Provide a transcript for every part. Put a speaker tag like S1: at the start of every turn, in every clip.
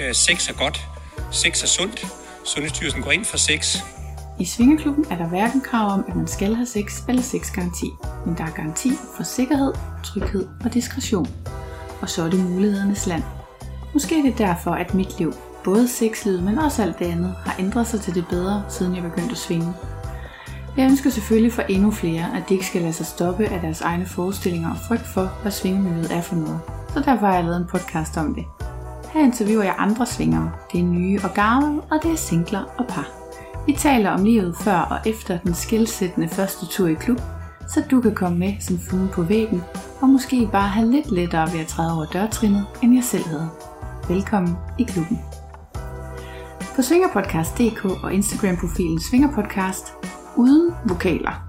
S1: Øh, sex er godt. Sex er sundt. Sundhedsstyrelsen går ind for sex.
S2: I Svingeklubben er der hverken krav om, at man skal have sex eller sexgaranti, men der er garanti for sikkerhed, tryghed og diskretion. Og så er det mulighedernes land. Måske er det derfor, at mit liv, både sexlivet, men også alt det andet, har ændret sig til det bedre, siden jeg begyndte at svinge. Jeg ønsker selvfølgelig for endnu flere, at de ikke skal lade sig stoppe af deres egne forestillinger og frygt for, hvad svingemiljøet er for noget. Så derfor har jeg lavet en podcast om det. Her interviewer jeg andre svingere. Det er nye og gamle, og det er singler og par. Vi taler om livet før og efter den skilsættende første tur i klub, så du kan komme med som flue på væggen, og måske bare have lidt lettere ved at træde over dørtrinnet, end jeg selv havde. Velkommen i klubben. På svingerpodcast.dk og Instagram-profilen Svingerpodcast uden vokaler.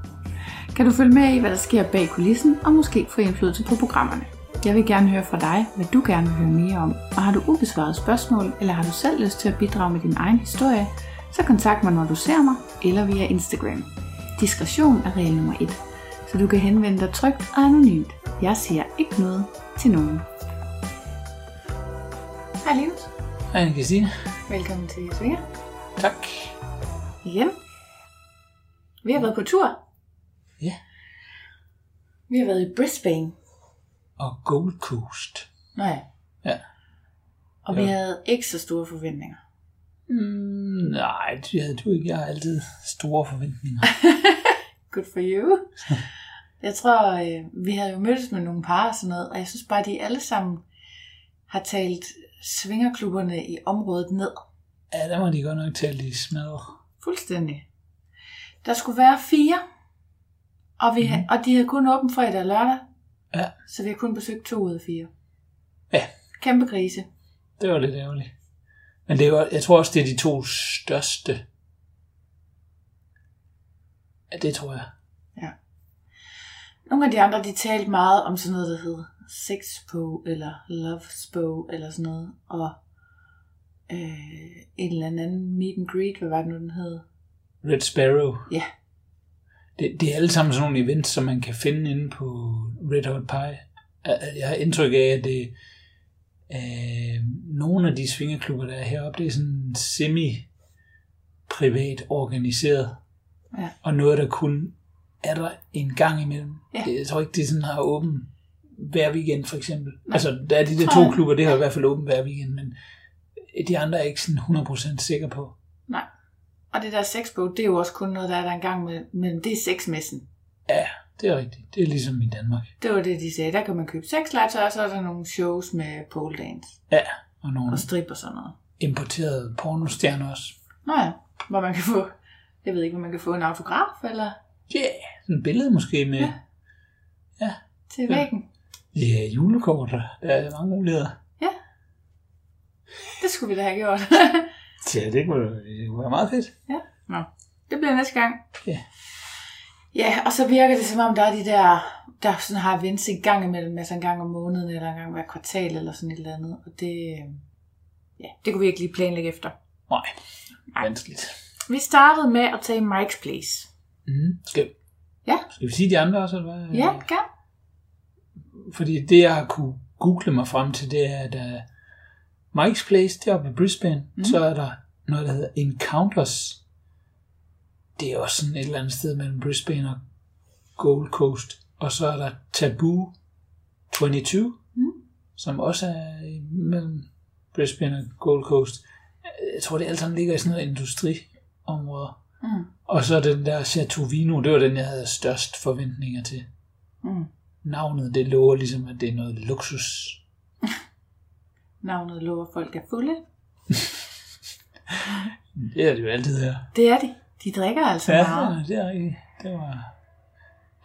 S2: Kan du følge med i, hvad der sker bag kulissen, og måske få indflydelse på programmerne. Jeg vil gerne høre fra dig, hvad du gerne vil høre mere om, og har du ubesvarede spørgsmål, eller har du selv lyst til at bidrage med din egen historie, så kontakt mig, når du ser mig, eller via Instagram. Diskretion er regel nummer 1, så du kan henvende dig trygt og anonymt. Jeg siger ikke noget til nogen. Hej Linus.
S3: Hej Anne-Christine.
S2: Velkommen til Svinger.
S3: Tak.
S2: Igen. Vi har været på tur.
S3: Ja,
S2: Vi har været i Brisbane.
S3: og Gold Coast.
S2: Nej.
S3: Ja.
S2: Og vi havde ikke så store forventninger.
S3: Mm, nej, det havde du ikke. Jeg har altid store forventninger.
S2: Good for you. jeg tror, øh, vi havde jo mødtes med nogle par og sådan noget, og jeg synes bare, at de alle sammen har talt svingerklubberne i området ned.
S3: ja, der må de godt nok tale de smadre.
S2: Fuldstændig. Der skulle være fire, og, vi, mm. og de havde kun åbent fredag og lørdag,
S3: Ja.
S2: så vi har kun besøgt to ud af fire.
S3: Ja,
S2: Kæmpe grise.
S3: det var lidt ærgerligt. Men det var, jeg tror også, det er de to største. Ja, det tror jeg.
S2: Ja. Nogle af de andre, de talte meget om sådan noget, der hed sexpo eller lovespo eller sådan noget. Og øh, en eller anden meet and greet, hvad var det nu, den hed?
S3: Red Sparrow.
S2: Ja,
S3: Det, det er alle sammen sådan nogle events, som man kan finde inde på Red Hot Pie. Jeg- Jeg har indtryk af, at det, øh, nogle af de svingerklubber, der er heroppe, det er sådan semi-privat organiseret.
S2: Ja.
S3: Og noget, der kun er der en gang imellem.
S2: Ja.
S3: Det, jeg tror ikke, det sådan har åbent hver weekend, for eksempel.
S2: Nej.
S3: Altså, der er de der
S2: Tror jeg.
S3: to klubber, det har i hvert fald åbent hver weekend, men de andre er jeg ikke sådan 100% sikker på.
S2: nej. Og det der sexpo, det er jo også kun noget, der er der engang med- mellem. Det er sexmessen.
S3: Ja, det er rigtigt. Det er ligesom i Danmark.
S2: Det var det, de sagde. Der kan man købe sexlegetøj, og så er der nogle shows med pole dance
S3: Ja, og nogle
S2: og strip og sådan noget.
S3: importerede pornostjerner også.
S2: Nå ja, hvor man kan få, jeg ved ikke, hvor man kan få en autograf eller
S3: Ja, yeah, sådan et billede måske med
S2: Ja.
S3: ja.
S2: til
S3: Ja.
S2: væggen.
S3: ja, julekort. Der er mange muligheder.
S2: Det skulle vi da have gjort.
S3: Ja, det kunne, det kunne være meget fedt.
S2: Ja. Nå. Det bliver næste gang.
S3: Ja.
S2: Ja, og så virker det som om, der er de der, der sådan har events en gang imellem, altså en gang om måneden, eller en gang hver kvartal, eller sådan et eller andet. Og det, øh, ja, det kunne vi ikke lige planlægge efter.
S3: Nej, vanskeligt.
S2: Vi startede med at tage Mike's Place.
S3: Mm. Skal,
S2: Ja.
S3: skal vi sige de andre også? Eller hvad?
S2: Ja, ja.
S3: Fordi det, jeg har kunne google mig frem til, det er, at uh, Mike's Place deroppe i Brisbane, mm. så er der noget, der hedder Encounters. Det er også sådan et eller andet sted mellem Brisbane og Gold Coast. Og så er der Taboo 22, mm. som også er mellem Brisbane og Gold Coast. Jeg tror, det alt sammen ligger i sådan noget industriområder.
S2: Mm.
S3: Og så den der Chateau Vino, det var den, jeg havde størst forventninger til
S2: Mm.
S3: navnet, det lover ligesom, at det er noget luksus.
S2: Navnet lover folk er fulde.
S3: Det er det jo altid her.
S2: Det er de. De drikker altså ja. meget.
S3: det er rigtigt. Det var...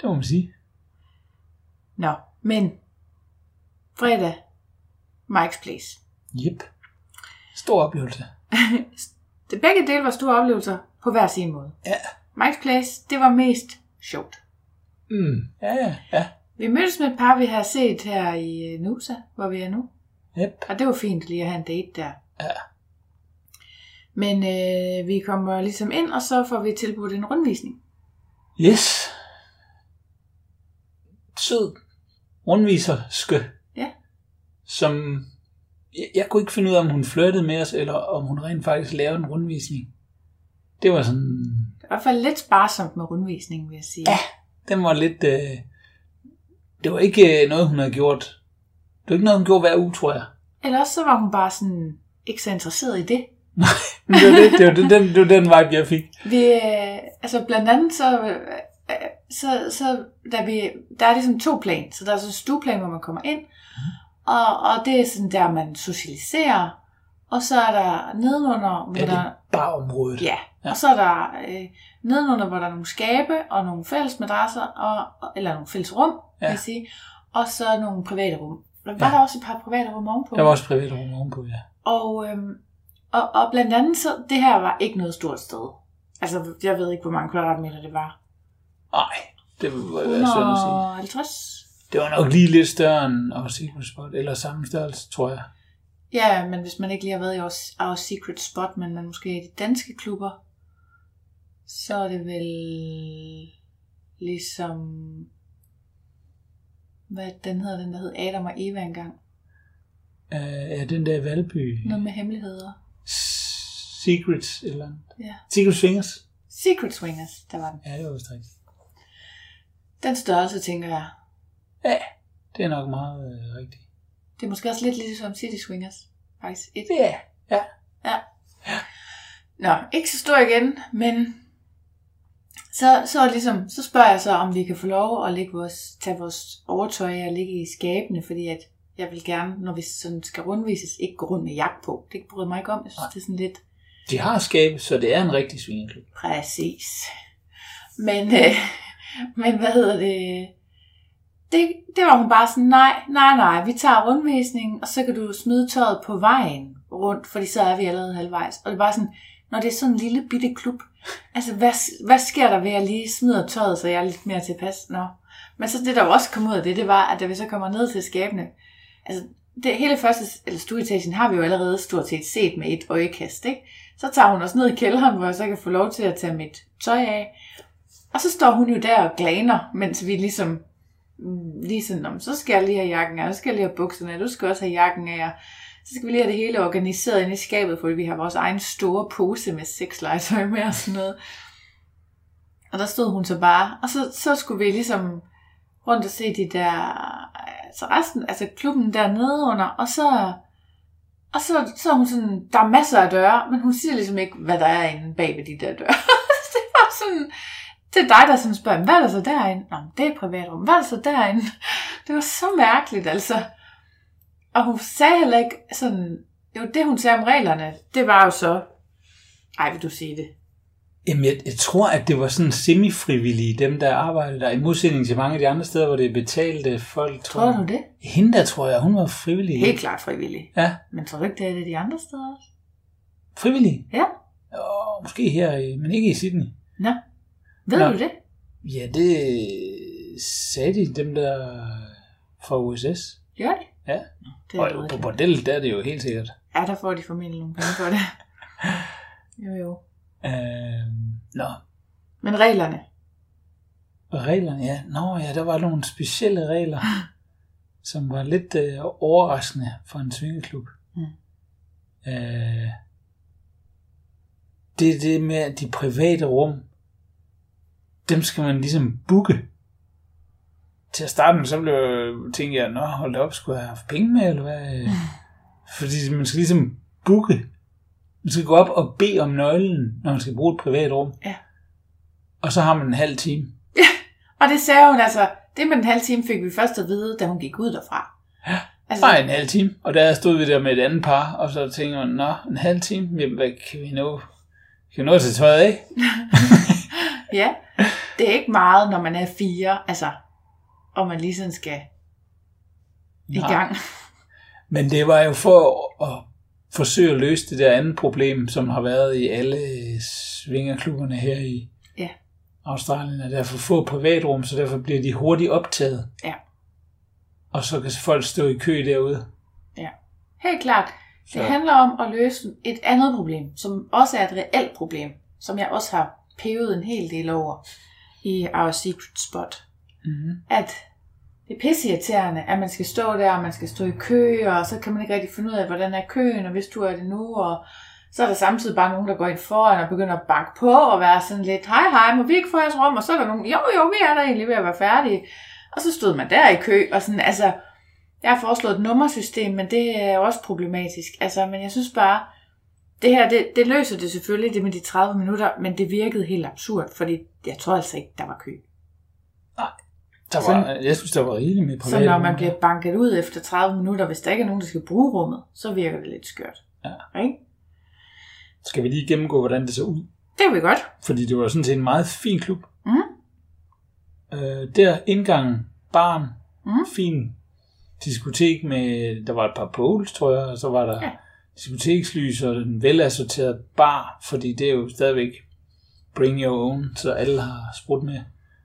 S3: Det må man sige.
S2: Nå, men fredag, Mike's Place.
S3: Jep. Stor oplevelse.
S2: Det begge dele var store oplevelser på hver sin måde.
S3: Ja.
S2: Mike's Place, det var mest sjovt.
S3: Mm. Ja, ja, ja.
S2: Vi mødtes med et par, vi har set her i øh, Nusa, hvor vi er nu.
S3: Jep.
S2: Og det var fint lige at have en date der.
S3: Ja.
S2: Men øh, vi kommer ligesom ind, og så får vi tilbudt en rundvisning.
S3: Yes. Sød rundviserske,
S2: Ja.
S3: som jeg, jeg kunne ikke finde ud af, om hun flirtede med os, eller om hun rent faktisk lavede en rundvisning. Det var sådan,
S2: Det er i hvert fald lidt sparsomt med rundvisningen, vil jeg sige.
S3: Ja. den var lidt, øh, det var ikke øh, noget, hun havde gjort. Det var ikke noget, hun gjorde hver uge, tror jeg.
S2: Ellers så var hun bare sådan ikke så interesseret i det.
S3: Men det var, det, det var, det, den, det var den vibe, jeg fik.
S2: Vi, øh, altså blandt andet så, øh, øh, så, så der, vi, der er ligesom to plan. Så der er sådan en stueplan, hvor man kommer ind,
S3: Mhm.
S2: og, og det er sådan der, man socialiserer. Og så er der nedenunder, hvor
S3: Ja, det
S2: der,
S3: er bare området.
S2: ja,
S3: Ja.
S2: og så er der øh, nedenunder, hvor der er nogle skabe og nogle fælles madrasser, og, og- eller nogle fælles rum, ja. vil
S3: Ja.
S2: jeg sige, og så nogle private rum. Der var ja.
S3: Ja.
S2: der også et par private rum ovenpå.
S3: Der var også privat rum ovenpå, ja.
S2: Og, øhm, og, og blandt andet så, det her var ikke noget stort sted. Altså, jeg ved ikke, hvor mange kvadratmeter det var.
S3: Nej, det var være synd at sige.
S2: 150?
S3: Det var nok lige lidt større end Our Secret Spot, eller samme størrelse, tror jeg.
S2: Ja, men hvis man ikke lige har været i vores, our secret spot, men man måske er i de danske klubber, så er det vel ligesom, hvad den hedder, den der hed Adam og Eva engang.
S3: Øh, ja, den der i Valby.
S2: Noget med hemmeligheder.
S3: S- Secrets eller andet.
S2: Ja.
S3: Secret Fingers?
S2: Secret Swingers, der var den.
S3: Ja, det var vist rigtigt.
S2: Den størrelse, tænker jeg.
S3: Ja, det er nok meget øh, rigtigt.
S2: Det er måske også lidt ligesom City Swingers. Faktisk et
S3: Ja. Ja.
S2: Nå, ikke så stor igen, men så, så, er det ligesom, så spørger jeg så, om vi kan få lov at lægge vores, tage vores overtøj og ligge i skabene, fordi at jeg vil gerne, når vi sådan skal rundvises, ikke gå rundt med jagt på. Det bryder jeg mig ikke om. Jeg synes,
S3: Nej.
S2: det er sådan lidt
S3: De har skabe, så det er en rigtig svingeklub.
S2: præcis. Men, øh, men hvad hedder det? det? Det var hun bare sådan, nej, nej, nej, vi tager rundvisningen, og så kan du smide tøjet på vejen rundt, fordi så er vi allerede halvvejs. Og det var sådan, når det er sådan en lille bitte klub, altså hvad, hvad sker der ved, at jeg lige smider tøjet, så jeg er lidt mere tilpas? Nå. Men så det, der jo også kom ud af det, det var, at da vi så kommer ned til skabene, altså det hele første, eller stueetagen har vi jo allerede stort set set med et øjekast, ikke? Så tager hun os ned i kælderen, hvor jeg så kan få lov til at tage mit tøj af. Og så står hun jo der og glaner, mens vi ligesom mm, lige sådan, om, så skal jeg lige have jakken af, så skal jeg lige have bukserne af, du skal også have jakken af, og så skal vi lige have det hele organiseret inde i skabet, fordi vi har vores egen store pose med seks legetøj med og sådan noget. Og der stod hun så bare, og så, så skulle vi ligesom rundt og se de der, altså resten, altså klubben dernede under, og så, og så, så er hun sådan, der er masser af døre, men hun siger ligesom ikke, hvad der er inde bag ved de der døre. Så det var sådan, det er dig, der sådan spørger, hvad er der så derinde? Nå, men det er et privatrum. Hvad er der så derinde? Det var så mærkeligt, altså. Og hun sagde heller ikke sådan, jo det hun sagde om reglerne, det var jo så, ej vil du sige det?
S3: Jamen, jeg, jeg tror, at det var sådan semifrivillige, dem der arbejdede der, i modsætning til mange af de andre steder, hvor det er betalte folk.
S2: Tror
S3: jeg.
S2: du det?
S3: Hende der, tror jeg, hun var frivillig.
S2: Helt klart frivillig.
S3: Ja,
S2: Men tror du ikke, det er det de andre steder også?
S3: frivillig.
S2: Ja.
S3: Åh, måske her, øh, men ikke i Sydney.
S2: Nå, ved
S3: Nå.
S2: du det?
S3: Ja, det sagde de, dem der fra USS.
S2: Gør det?
S3: Ja.
S2: Nå, det er
S3: Og
S2: jeg
S3: på bordellet, der er det jo helt sikkert.
S2: Ja, der får de formentlig nogle penge for det. jo jo.
S3: Øh, nå,
S2: Men reglerne,
S3: og reglerne, ja. Nå ja, der var nogle specielle regler, som var lidt øh, overraskende for en svingeklub.
S2: Mm.
S3: Øh, det er det med, at de private rum, dem skal man ligesom booke. Til at starte med, så blev jeg, tænkte jeg, nå hold da op, skulle jeg have haft penge med, eller
S2: Mm.
S3: hvad? Fordi man skal ligesom booke. Man skal gå op og bede om nøglen, når man skal bruge et privat rum.
S2: Ja.
S3: Og så har man en halv time.
S2: Og det sagde hun altså, det med den halve time fik vi først at vide, da hun gik ud derfra. Altså,
S3: Nej, en halv time. Og der stod vi der med et andet par, og så tænkte man, nå, en halv time, jamen, hvad kan vi nå? Kan vi nå til tøjet af?
S2: ja, det er ikke meget, når man er fire, altså, og man lige sådan skal i
S3: Nej.
S2: gang.
S3: Men det var jo for at, at forsøge at løse det der andet problem, som har været i alle svingerklubberne her i
S2: Ja.
S3: Australien, at der er for få privatrum, så derfor bliver de hurtigt optaget.
S2: Ja.
S3: Og så kan folk stå i kø derude.
S2: Helt klart, det
S3: Så-
S2: handler om at løse et andet problem, som også er et reelt problem, som jeg også har pevet en hel del over i Our Secret Spot.
S3: Mm-hmm.
S2: At det er pisseirriterende, at man skal stå der, og man skal stå i kø, og så kan man ikke rigtig finde ud af, hvordan er køen, og hvis du er det nu, og så er der samtidig bare nogen, der går ind foran og begynder at banke på og være sådan lidt, hej hej, må vi ikke få jeres rum? Og så er der nogen, jo jo, vi er der egentlig ved at være færdige. Og så stod man der i kø, og sådan, altså, jeg har foreslået et nummersystem, men det er jo også problematisk. Altså, men jeg synes bare, det her, det, det løser det selvfølgelig, det med de 30 minutter, men det virkede helt absurd, fordi jeg tror altså ikke, der var kø.
S3: Der var, jeg synes, der var rigeligt med
S2: Så
S3: private.
S2: når man
S3: rum.
S2: bliver banket ud efter 30 minutter, hvis der ikke er nogen, der skal bruge rummet, så virker det lidt skørt. Ja. Ikke?
S3: Skal vi lige gennemgå, hvordan det så ud?
S2: Det er vi godt.
S3: Fordi det var sådan set en meget fin klub.
S2: Mhm.
S3: Øh, der indgangen, barn,
S2: Mhm.
S3: fin diskotek med, der var et par poles, tror jeg, og så var der
S2: Ja.
S3: ja. diskotekslys og en velassorteret bar, fordi det er jo stadigvæk bring your own, så alle har sprudt med.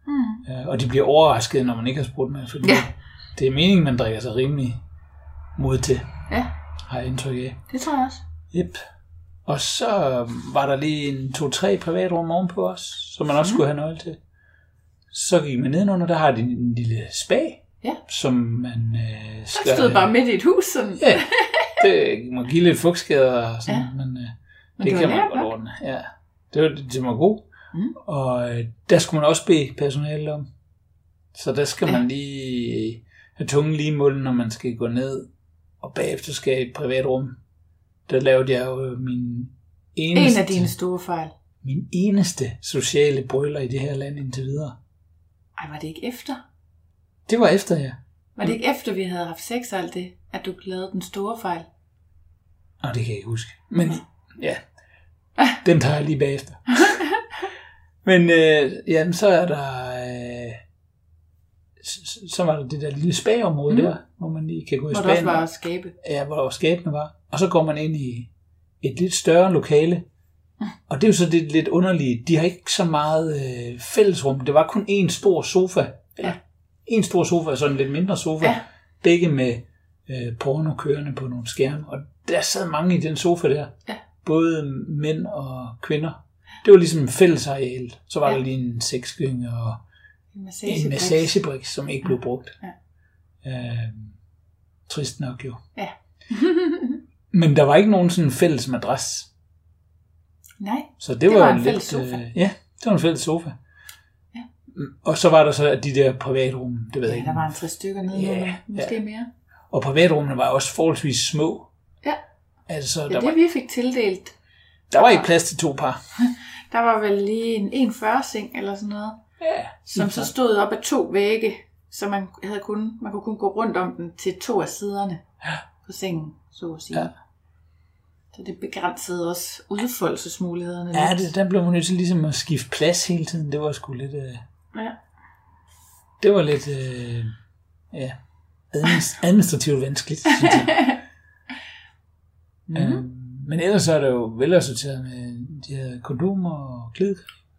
S2: Mm.
S3: Øh, og de bliver overrasket, når man ikke har sprudt med, fordi
S2: Ja.
S3: ja. det er meningen, man drikker sig rimelig mod til,
S2: Ja,
S3: har jeg indtryk af.
S2: det tror jeg også.
S3: Yep. Og så var der lige en to-tre privatrum ovenpå os, som man også
S2: Mhm.
S3: skulle have nøgle til. Så gik man nedenunder, der har de en lille spa,
S2: Ja.
S3: som man øh, skal...
S2: Jeg stod bare midt i et hus, sådan. Ja.
S3: Ja, det må give lidt fugtskader og sådan,
S2: Ja.
S3: ja. men, øh, det,
S2: Men det var lækkert
S3: kan man godt
S2: nok.
S3: ordne. Ja. Det var, det var god.
S2: Mm.
S3: Og øh, der skulle man også bede personalet om. Så der skal
S2: Ja.
S3: ja. man lige have tungen lige i munden, når man skal gå ned. Og bagefter skal jeg i et privat rum. Der lavede jeg jo øh, min eneste,
S2: En af dine store fejl.
S3: min eneste sociale brøler i det her land indtil videre.
S2: Ej, var det ikke efter?
S3: Det var efter jeg.
S2: Var det ikke efter, vi havde haft sex og alt det, at du lavede den store fejl?
S3: Nå, Ah, det kan jeg ikke huske. Men ja,
S2: Ah.
S3: den tager jeg lige bagefter. Men øh, jamen, så er der... Øh, s- s- så var der det der lille spagområde
S2: Mhm.
S3: mm. der, hvor man lige kan gå i
S2: Hvor der også
S3: spagen.
S2: var at skabe.
S3: Ja, hvor skabene var. Og så går man ind i et lidt større lokale. Og det er jo så det lidt underlige. De har ikke så meget øh, fællesrum. Det var kun én stor sofa. Eller,
S2: Ja.
S3: En stor sofa og sådan en lidt mindre sofa.
S2: Ja.
S3: Begge med øh, porno kørende på nogle skærme. Og der sad mange i den sofa der.
S2: Ja.
S3: Både mænd og kvinder. Det var ligesom fællesareal. Så var
S2: Ja.
S3: der lige en sexgynge og
S2: En
S3: en
S2: massagebriks.
S3: massagebrik, som ikke blev brugt.
S2: Ja.
S3: Øh, trist nok jo.
S2: Ja.
S3: Men der var ikke nogen sådan fælles madras.
S2: Nej,
S3: Så det,
S2: Det
S3: var,
S2: var en
S3: lidt,
S2: fælles sofa.
S3: Øh, ja, det var en fælles sofa.
S2: Ja.
S3: Mm, Og så var der så de der privatrum, det ved jeg
S2: ja,
S3: ikke.
S2: der var en tre stykker nede,
S3: Ja,
S2: yeah, måske mere.
S3: Og privatrummene var også forholdsvis små.
S2: Ja.
S3: Altså,
S2: Det
S3: der,
S2: er
S3: var,
S2: det, vi fik tildelt.
S3: der var ikke plads til to par.
S2: Der var vel lige en 41 seng eller sådan noget,
S3: Ja,
S2: som så stod op af to vægge, så man, havde kun, man kunne kun gå rundt om den til to af siderne
S3: Ja.
S2: på sengen, så at sige.
S3: Ja.
S2: Så det begrænsede også udfoldelsesmulighederne
S3: ja
S2: lidt.
S3: det, der blev man nødt til ligesom at skifte plads hele tiden. Det var sgu lidt... Øh,
S2: Ja.
S3: det var lidt... Øh, ja, adminis- administrativt vanskeligt, synes jeg.
S2: Mm.
S3: Øh, men ellers så er det jo velassorteret med de her kondomer og klæder,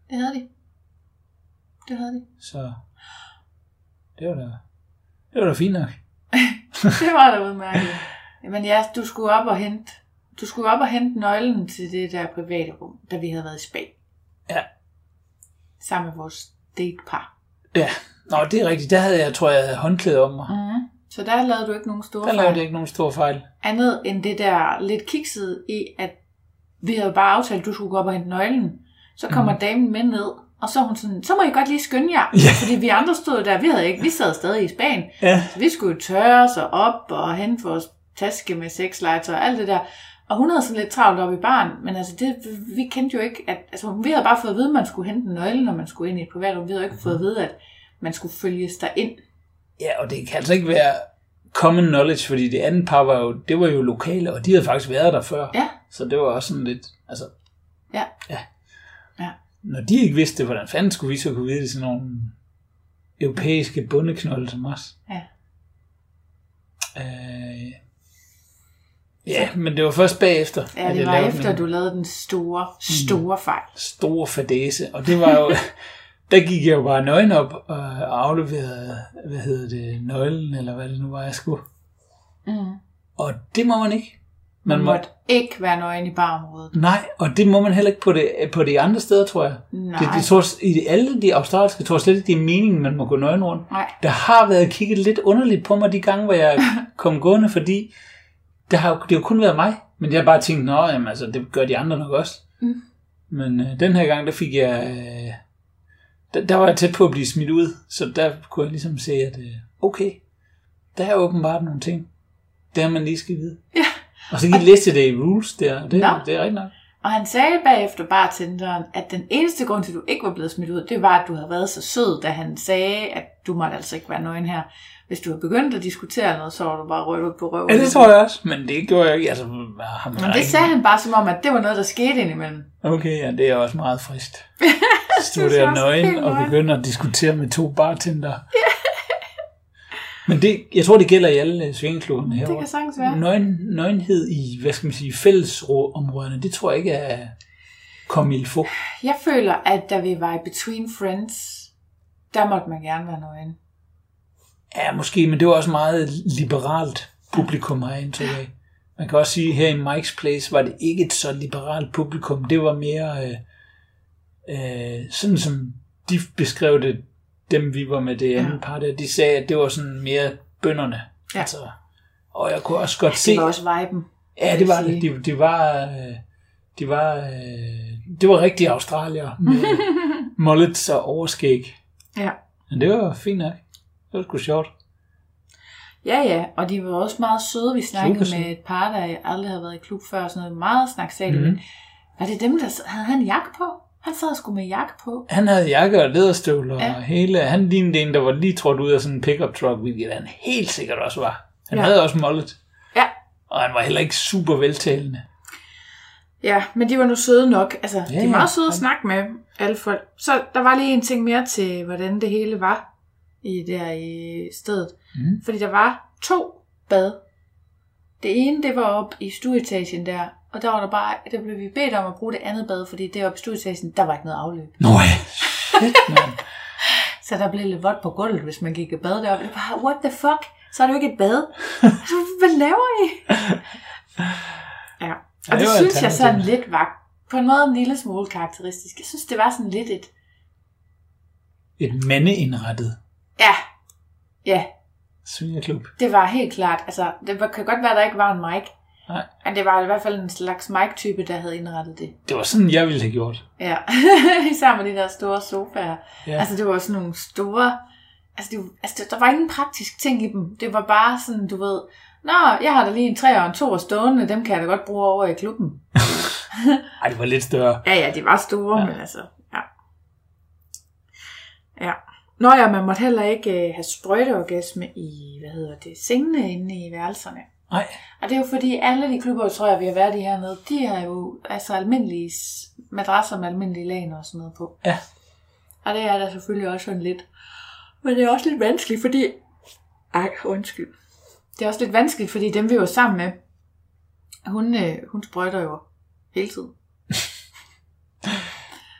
S2: Det havde de. Det havde de.
S3: så det var da, det var da fint nok.
S2: Det var da udmærket. Jamen ja, du skulle op og hente, du skulle op og hente nøglen til det der private rum, da vi havde været i Spanien.
S3: Ja.
S2: Sammen med vores datepar.
S3: Ja, Nå, det er rigtigt. Der havde jeg, tror jeg, havde håndklæde om mig.
S2: Mm-hmm. Så der lavede du ikke nogen store
S3: Mhm. Der
S2: fejl.
S3: lavede jeg ikke nogen store fejl.
S2: Andet end det der lidt kiksede i, at vi havde bare aftalt, at du skulle gå op og hente nøglen. Så kommer mm. damen med ned, og så er hun sådan, så må I godt lige skynde jer.
S3: Mhm. Ja.
S2: Fordi vi andre stod der, vi havde ikke, vi sad stadig i Spanien.
S3: Ja.
S2: Så vi skulle jo tørre os og op og hente vores taske med sexlegetøj og alt det der. Og hun havde sådan lidt travlt op i barn, men altså det, vi kendte jo ikke, at altså, vi havde bare fået at vide, at man skulle hente en nøgle, når man skulle ind i et privatrum. Vi havde jo
S3: Mhm.
S2: ikke fået at vide, at man skulle følges derind.
S3: ja, og det kan altså ikke være common knowledge, fordi det andet par var jo, det var jo lokale, og de havde faktisk været der før.
S2: Ja,
S3: Så det var også sådan lidt, altså...
S2: Ja.
S3: ja.
S2: Ja.
S3: Når de ikke vidste, hvordan fanden skulle vi så kunne vide det, sådan nogle europæiske bundeknolde som os?
S2: Ja.
S3: Øh, ja, men det var først bagefter,
S2: ja det
S3: jeg
S2: var
S3: lavede Mm.
S2: efter,
S3: min
S2: du lavede den store, store fejl.
S3: store fadese, og det var jo... Der gik jeg jo bare nøgen op og afleverede, hvad hedder det, nøglen, eller hvad det nu var, jeg skulle.
S2: Mm.
S3: Og det må man ikke.
S2: Man
S3: Man må,
S2: måtte ikke være nøgen i barområdet.
S3: nej, og det må man heller ikke på, det, på de andre steder, tror jeg.
S2: Nej.
S3: Det, det tror, I de- alle de australske tror jeg slet ikke, det er meningen, man må gå nøgen rundt.
S2: Nej.
S3: Der har været kigget lidt underligt på mig de gange, hvor jeg kom gående, fordi det har, det har jo kun været mig. Men jeg har bare tænkt, nå, jamen, altså, det gør de andre nok også.
S2: Mm.
S3: Men øh, den her gang, der fik jeg... Øh, der, der var jeg tæt på at blive smidt ud, så der kunne jeg ligesom se, at øh, okay, der er åbenbart nogle ting, der man lige skal vide.
S2: Ja.
S3: Og så gik jeg læste det i rules der, og det,
S2: Nå.
S3: det er rigtigt nok.
S2: Og han sagde bagefter bartenderen, at den eneste grund til, at du ikke var blevet smidt ud, det var, at du havde været så sød, da han sagde, at du måtte altså ikke være nøgen her. Hvis du havde begyndt at diskutere noget, så var du bare rødt ud på røven.
S3: Ja, det tror jeg også, men det gjorde jeg ikke. Altså, ham
S2: Men det sagde han bare som om, at det var noget, der skete indimellem.
S3: Okay, ja, det er også meget frist. Stå
S2: Det er
S3: der
S2: også helt
S3: nøgen og
S2: nøgen.
S3: begynde at diskutere med to bartender. Men det, jeg tror, det gælder i alle øh, swingerslubberne
S2: Det
S3: herovre.
S2: kan sagtens være.
S3: Nøgen, nøgenhed i, hvad skal man sige, fællesområderne, det tror jeg ikke er kom i få.
S2: Jeg føler, at da vi var i Between Friends, der måtte man gerne være nøgen.
S3: Ja, måske, men det var også meget liberalt publikum, har jeg indtryk af. Man kan også sige, at her i Mike's Place var det ikke et så liberalt publikum. Det var mere øh, øh, sådan, som de beskrev det, dem vi var med det andet
S2: Ja.
S3: ja. par der. De sagde, at det var sådan mere bønderne.
S2: Ja.
S3: Altså, og jeg kunne også godt se...
S2: Det var også viben.
S3: Ja,
S2: vil
S3: det var
S2: sige.
S3: det. Det, det var... øh, Det var, øh, det var rigtige australier med mullets og overskæg.
S2: Ja.
S3: Men det var fint nok. Det var sgu sjovt.
S2: Ja, ja, og de var også meget søde. Vi snakkede
S3: Super søde.
S2: med et par, der aldrig havde været i klub før, og sådan noget meget snaksaligt. Mm.
S3: Mhm.
S2: Var det dem, der havde han jakke på? Han sad sgu med jakke på.
S3: Han havde jakke og lederstøvler
S2: Ja.
S3: ja. og hele. Han lignede en, der var lige trådt ud af sådan en pickup truck, hvilket han helt sikkert også var. Han
S2: Ja.
S3: ja. havde også mollet,
S2: Ja.
S3: og han var heller ikke super veltalende.
S2: Ja, men de var nu søde nok. Altså, ja, de er
S3: ja.
S2: meget søde at snakke med, alle folk. Så der var lige en ting mere til, hvordan det hele var i der i stedet.
S3: Mm.
S2: Fordi der var to bad. Det ene, det var op i stueetagen der, og der var der bare, der blev vi bedt om at bruge det andet bad, fordi det oppe i stueetagen, der var ikke noget afløb.
S3: Nå ja, shit, man.
S2: Så der blev lidt vådt på gulvet, hvis man gik i bad deroppe. Det var bare, what the fuck? Så er det jo ikke et bad. Altså, hvad laver I? Ja, og det,
S3: Ja, det
S2: det
S3: var
S2: synes jeg sådan
S3: alternativt.
S2: lidt var på en måde en lille smule karakteristisk. Jeg synes, det var sådan lidt et,
S3: Et mandeindrettet
S2: ja, ja,
S3: svingerklub.
S2: det var helt klart. Altså, det var, kan godt være, der ikke var en mic.
S3: Nej.
S2: Men det var i hvert fald en slags mic-type, der havde indrettet det.
S3: Det var sådan, jeg ville have gjort.
S2: Ja, især med de der store sofaer. Ja.
S3: Ja.
S2: Altså, det var sådan nogle store... Altså, det, altså, der var ingen praktisk ting i dem. Det var bare sådan, du ved... Nå, jeg har da lige en 3 og en 2 stående, dem kan jeg da godt bruge over i klubben.
S3: Ej, det var lidt større.
S2: Ja, ja, de var store, ja.
S3: Ja.
S2: men altså... Ja. ja. Nå ja, man måtte heller ikke øh, have sprøjteorgasme i, hvad hedder det, sengene inde i værelserne.
S3: Nej,
S2: Og det er jo fordi, alle de klubber, tror jeg, vi har været i hernede, de har jo altså almindelige s- madrasser med almindelige lagen og sådan noget på.
S3: Ja.
S2: Og det er der selvfølgelig også sådan lidt. Men det er også lidt vanskeligt, fordi... Ej, undskyld. Det er også lidt vanskeligt, fordi dem vi var sammen med, hun, øh, hun sprøjter jo hele tiden.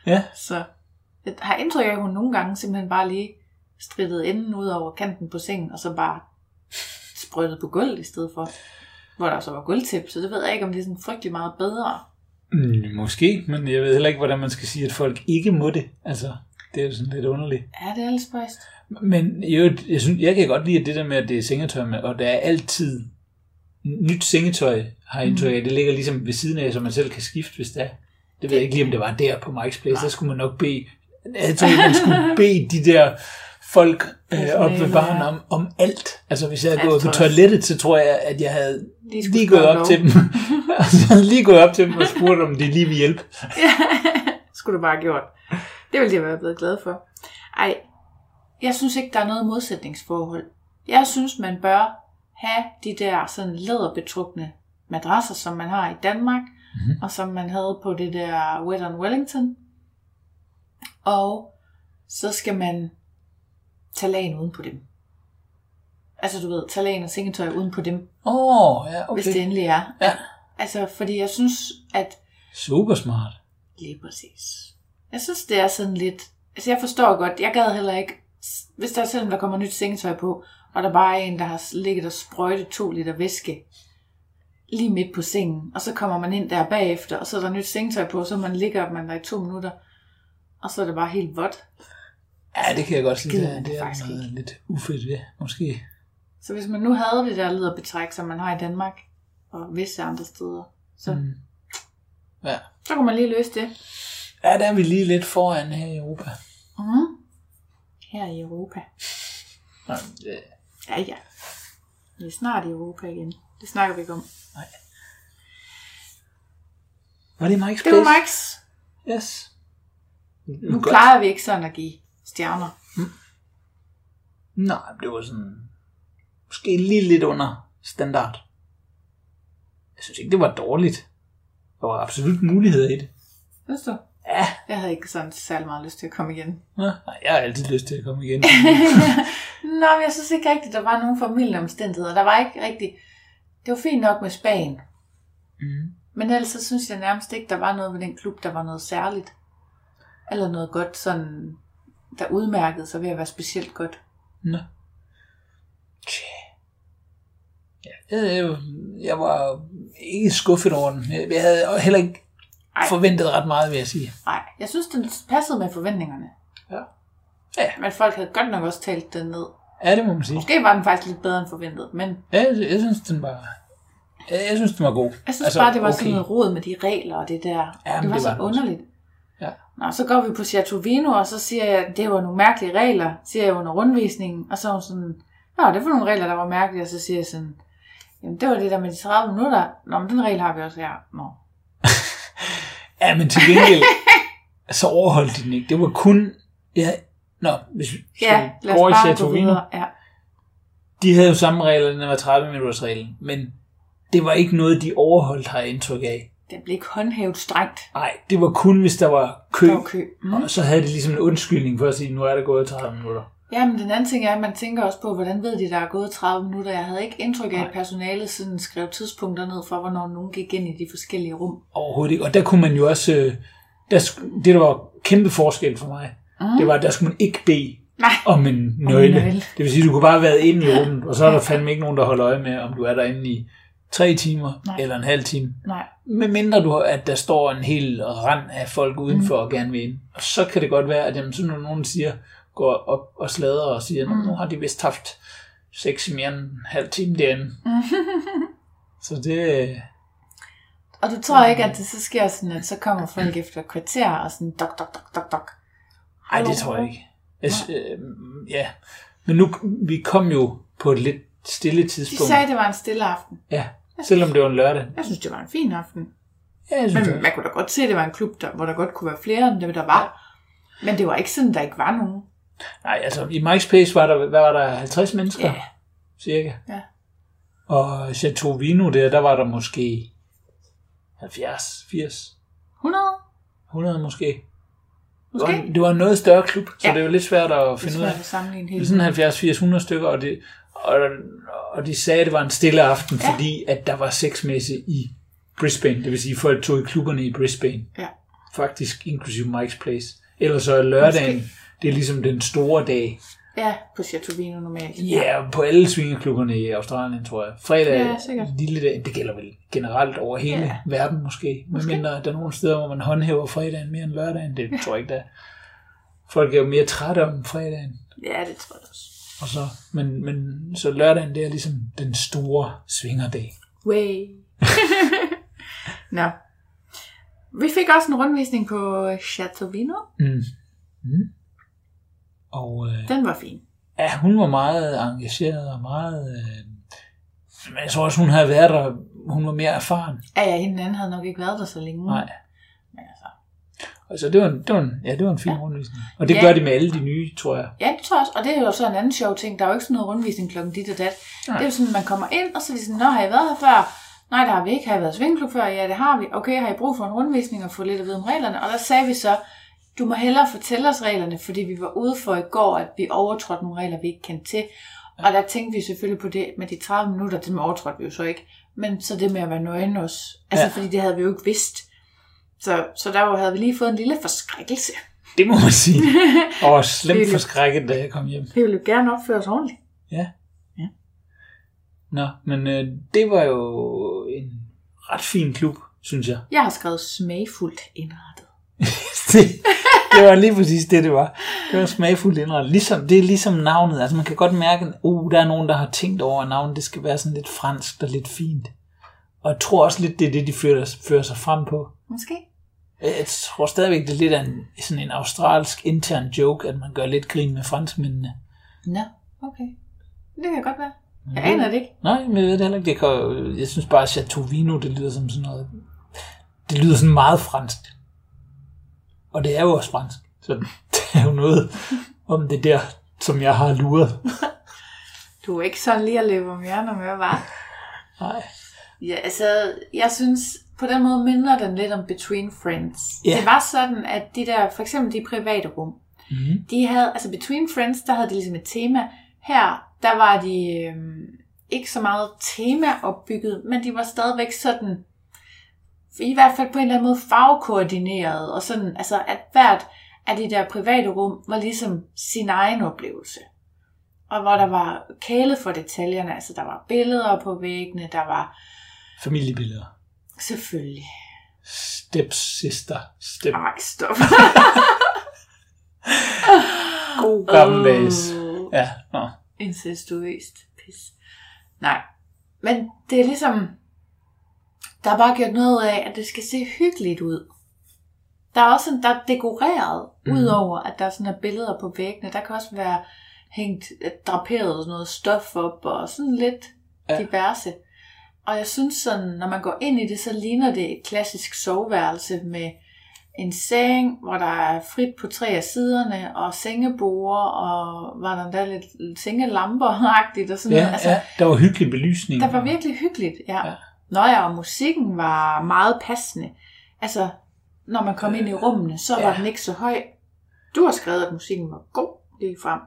S3: Ja.
S2: Så jeg har indtryk af, at hun nogle gange simpelthen bare lige strittede enden ud over kanten på sengen, og så bare sprøjtede på gulvet i stedet for hvor der så var guldtæppe, så det ved jeg ikke, om det er sådan frygtelig meget bedre.
S3: mm, måske, men jeg ved heller ikke, hvordan man skal sige, at folk ikke må det. Altså, det er jo sådan lidt underligt.
S2: Ja, det er lidt spøjst.
S3: Men i øvrigt, jeg, synes, jeg kan godt lide at det der med, at det er sengetøj med, og der er altid nyt sengetøj, har jeg
S2: Mm.
S3: indtryk af. Det ligger ligesom ved siden af, så man selv kan skifte, hvis det er. Det ved jeg ikke lige, om det var der på Mike's Place. Der skulle man nok bede, jeg tror, man skulle bede de der folk øh, oppe ved baren om, om alt. Altså, hvis jeg
S2: Ja,
S3: havde
S2: det
S3: gået på
S2: tror jeg også.
S3: toilettet, så tror jeg, at jeg havde
S2: De skulle
S3: lige
S2: spørge
S3: gået
S2: om
S3: op til dem. altså, lige gået op til dem og spurgt, om de lige vil hjælpe.
S2: Skulle du bare have gjort. Det ville jeg være blevet glad for. Ej, jeg synes ikke, der er noget modsætningsforhold. Jeg synes, man bør have de der sådan læderbetrukne madrasser, som man har i Danmark, mm-hmm. og som man havde på det der Wet on Wellington. Og så skal man tage lagen uden på dem. Altså du ved, tage lagen og sengetøj uden på dem.
S3: Åh, oh, ja,
S2: okay. hvis det
S3: okay.
S2: endelig er.
S3: Ja.
S2: Altså, fordi jeg synes, at
S3: Super smart.
S2: lige præcis. Jeg synes, det er sådan lidt... Altså, jeg forstår godt. Jeg gad heller ikke... Hvis der selvom der kommer nyt sengetøj på, og der bare er en, der har ligget og sprøjtet to liter væske lige midt på sengen, og så kommer man ind der bagefter, og så er der nyt sengetøj på, så man ligger man der i to minutter, og så er det bare helt vådt.
S3: Ja, det kan jeg godt sige.
S2: gider
S3: Det, er-
S2: man
S3: det er
S2: faktisk
S3: noget
S2: ikke.
S3: lidt ufedt ved, måske.
S2: Så hvis man nu havde det der lederbetræk, som man har i Danmark, og visse andre steder, så, mm.
S3: Mm. Ja.
S2: så kunne man lige løse det.
S3: ja, der er vi lige lidt foran her i Europa.
S2: Mm. Her i Europa.
S3: Nå, det-
S2: Ja, ja. Vi er snart i Europa igen. Det snakker vi ikke om.
S3: Var det Mike's
S2: Det var
S3: Place?
S2: Max.
S3: Yes.
S2: Nu plejer vi ikke sådan at give stjerner.
S3: Nej, det var sådan... Måske lige lidt under standard. Jeg synes ikke, det var dårligt. Der var absolut muligheder i det.
S2: Synes du?
S3: Ja,
S2: Jeg havde ikke sådan særlig meget lyst til at komme igen.
S3: Nå, nej, jeg har altid lyst til at komme igen.
S2: Nå, men jeg synes ikke rigtigt, der var nogen formidlende omstændigheder. Der var ikke rigtigt... Det var fint nok med Spanien.
S3: mm.
S2: Men ellers så synes jeg nærmest ikke, der var noget ved den klub, der var noget særligt. Eller noget godt sådan, der udmærkede sig ved at være specielt godt.
S3: Nå. Tja. Ja, jeg, jeg, jeg var ikke skuffet over den. Jeg, jeg havde heller ikke
S2: Ej.
S3: forventet ret meget, vil jeg sige.
S2: Nej, jeg synes, den passede med forventningerne.
S3: Ja. Ja.
S2: Men folk havde godt nok også talt den ned.
S3: Ja, det må man sige.
S2: Måske var den faktisk lidt bedre end forventet, men
S3: Ja, jeg, jeg synes, den var... Jeg, jeg synes, den var god.
S2: jeg synes altså, bare, det var okay. sådan noget rod med de regler og det der.
S3: Ja, men
S2: det var
S3: det
S2: så
S3: var det også.
S2: underligt.
S3: Ja.
S2: Nå, så går vi på Chateauvino, og så siger jeg, det var nogle mærkelige regler, siger jeg under rundvisningen. Og så er hun sådan, ja, det var nogle regler, der var mærkelige. Og så siger jeg sådan, jamen det var det der med de 30 minutter. Nå, men den regel har vi også her. Nå.
S3: Ja, men til gengæld, så overholdt de den ikke. Det var kun... Ja, nå, hvis vi
S2: Ja,
S3: skal
S2: lad os
S3: gå i
S2: bare gå
S3: Chateauvin,
S2: videre. Ja.
S3: de havde jo samme regler, den var 30 minutters reglen, men det var ikke noget, de overholdt, har jeg indtryk af.
S2: Den blev ikke håndhævet strengt.
S3: Nej, det var kun, hvis der var kø,
S2: Der var kø. Mm.
S3: og så havde de ligesom en undskyldning for at sige, nu er der gået 30 minutter.
S2: Ja, men den anden ting er, at man tænker også på, hvordan ved de, der er gået 30 minutter? Jeg havde ikke indtryk af,
S3: Nej.
S2: at personalet sådan skrev tidspunkter ned for, hvornår nogen gik ind i de forskellige rum.
S3: Overhovedet ikke. Og der kunne man jo også... øh, Der, sk- det, der var kæmpe forskel for mig, mm. det var, at der skulle man ikke bede
S2: Nej.
S3: om en nøgle.
S2: Ah. nøgle.
S3: Det vil sige, du kunne bare have været inde i rummet, og så er der fandme ikke nogen, der holder øje med, om du er derinde i tre timer
S2: Nej.
S3: Nej. eller en halv time.
S2: Nej.
S3: Med mindre du har, at der står en hel rand af folk udenfor mm. og gerne vil ind. Og så kan det godt være, at jamen, sådan når nogen siger, går op og slader og siger, mm. nu har de vist haft sex i mere end en halv time derinde. så det... øh,
S2: Og du tror ikke, at det så sker sådan, at så kommer folk efter et kvarter og sådan dok, dok, dok, dok, dok.
S3: Nej, det tror jeg ikke. Jeg, s- øh, ja. Men nu, vi kom jo på et lidt stille
S2: De
S3: tidspunkt.
S2: sagde, at det var en stille aften.
S3: Ja, selvom det var en lørdag.
S2: Jeg synes, det var en fin aften.
S3: Ja, jeg synes,
S2: Men
S3: det
S2: man kunne da godt se, at det var en klub, der, hvor der godt kunne være flere end dem, der var. Men det var ikke sådan, der ikke var nogen.
S3: Nej, altså i MySpace var der, hvad var der, 50 mennesker?
S2: Ja.
S3: Cirka.
S2: Ja.
S3: Og Chateau Vino der, der var der måske 70, 80,
S2: 100?
S3: 100 måske.
S2: Måske?
S3: Det var, det var en noget større klub, så
S2: Ja.
S3: det var lidt svært at
S2: Hvis
S3: finde ud
S2: man
S3: af.
S2: vil sammenligne
S3: Det var
S2: hele
S3: sådan 70, 80, 100 stykker, og, det, og, og de sagde, at det var en stille aften, ja. fordi at der var sexmesse i Brisbane. Det vil sige, at folk tog i klubberne i Brisbane.
S2: Ja.
S3: Faktisk inklusive Mike's Place. Ellers så er lørdagen,
S2: Måske.
S3: det er ligesom den store dag.
S2: Ja, på Chateauvino normalt.
S3: Ja, yeah, på alle svingerklubberne i Australien, tror jeg. Fredag,
S2: Ja, sikkert.
S3: lille dag, det gælder vel generelt over hele
S2: Ja.
S3: verden måske. måske.
S2: Måske.
S3: Men mindre, der er nogle steder, hvor man håndhæver fredagen mere end lørdagen. Det tror jeg ikke, der er. Folk er jo mere trætte om fredagen.
S2: Ja, det tror jeg også.
S3: Og så, men, men så lørdagen, det er ligesom den store svingerdag.
S2: Way. Nå. Vi fik også en rundvisning på Chateauvino.
S3: Mm. Mm. Og øh,
S2: Den var fin.
S3: ja, hun var meget engageret og meget... Øh, men jeg tror også, hun havde været der. Hun var mere erfaren.
S2: Ja, ja, hende den anden havde nok ikke været der så længe.
S3: Nej.
S2: Men altså,
S3: Altså, det var en, det var en, ja, det var en fin ja. rundvisning. Og det
S2: Ja.
S3: ja. gør de med alle de nye, tror jeg.
S2: ja, det tror jeg også. Og det er jo så en anden sjov ting. Der er jo ikke sådan noget rundvisning klokken dit og dat.
S3: Nej.
S2: Det er jo sådan, at man kommer ind, og så er de sådan, Nå, har I været her før? Nej, der har vi ikke. Har I været i svingeklub før? Ja, det har vi. Okay, har I brug for en rundvisning og få lidt at vide om reglerne? Og der sagde vi så, du må hellere fortælle os reglerne, fordi vi var ude for i går, at vi overtrådte nogle regler, vi ikke kendte til. Og der tænkte vi selvfølgelig på det med de 30 minutter, dem overtrådte vi jo så ikke. Men så det med at være nøgen også. Altså, ja.
S3: Ja.
S2: fordi det havde vi jo ikke vidst. Så, så der havde vi lige fået en lille forskrækkelse.
S3: Det må man sige. Og var slemt
S2: Virkelig.
S3: forskrækket, da jeg kom hjem.
S2: Vi ville jo gerne opføre os ordentligt.
S3: Ja.
S2: Ja.
S3: Nå, men øh, det var jo en ret fin klub, synes jeg.
S2: Jeg har skrevet smagfuldt indrettet.
S3: det, det var lige præcis det, det var. Det var smagfuldt indrettet. Ligesom, det er ligesom navnet. Altså man kan godt mærke, at uh, der er nogen, der har tænkt over, at navnet det skal være sådan lidt fransk og lidt fint. Og jeg tror også lidt, det er det, de fører, fører sig frem på.
S2: Måske?
S3: Jeg tror stadigvæk, det er lidt af en, sådan en australsk intern joke, at man gør lidt grin med franskmændene.
S2: Nå, Mm. okay. Det kan godt være. Jeg aner det ikke.
S3: Nej, men jeg ved det heller ikke. Det kan, jo- jeg synes bare, at Chateau Vino, det lyder som sådan noget... Det lyder sådan meget fransk. Og det er jo også fransk. Så det er jo noget om det der, som jeg har luret.
S2: Du er ikke sådan lige at løbe om hjørner med, var.
S3: Nej.
S2: Ja, altså, jeg synes, på den måde minder den lidt om Between Friends.
S3: Ja.
S2: Det var sådan, at de der, for eksempel de private rum,
S3: Mm-hmm.
S2: de havde, altså Between Friends, der havde de ligesom et tema. Her, der var de øhm, ikke så meget temaopbygget, men de var stadigvæk sådan, i hvert fald på en eller anden måde farvekoordineret, og sådan, altså at hvert af de der private rum var ligesom sin egen oplevelse. Og hvor der var kæle for detaljerne, altså der var billeder på væggene, der var
S3: Familiebilleder.
S2: selvfølgelig
S3: Stepsister. Step.
S2: Ej, stop.
S3: God gammeldags.
S2: Åh.
S3: Ja, nå.
S2: incestuøst pis. Nej, men det er ligesom, der er bare gjort noget af, at det skal se hyggeligt ud. Der er også sådan, der er dekoreret, mm.
S3: Mhm.
S2: udover at der sådan er billeder på væggene. Der kan også være hængt, øh, draperet sådan noget stof op, og sådan lidt ja.
S3: Ja.
S2: diverse. Og jeg synes sådan, når man går ind i det, så ligner det et klassisk soveværelse med en seng, hvor der er frit på tre af siderne, og sengeborde, og var der endda lidt sengelamper-agtigt og sådan
S3: Ja,
S2: noget. Altså,
S3: ja, der var hyggelig belysning.
S2: der var virkelig hyggeligt, ja. ja.
S3: Ja.
S2: Nå ja, og musikken var meget passende. Altså, når man kom ind i rummene, så var
S3: Ja.
S2: den ikke så høj. Du har skrevet, at musikken var god lige frem.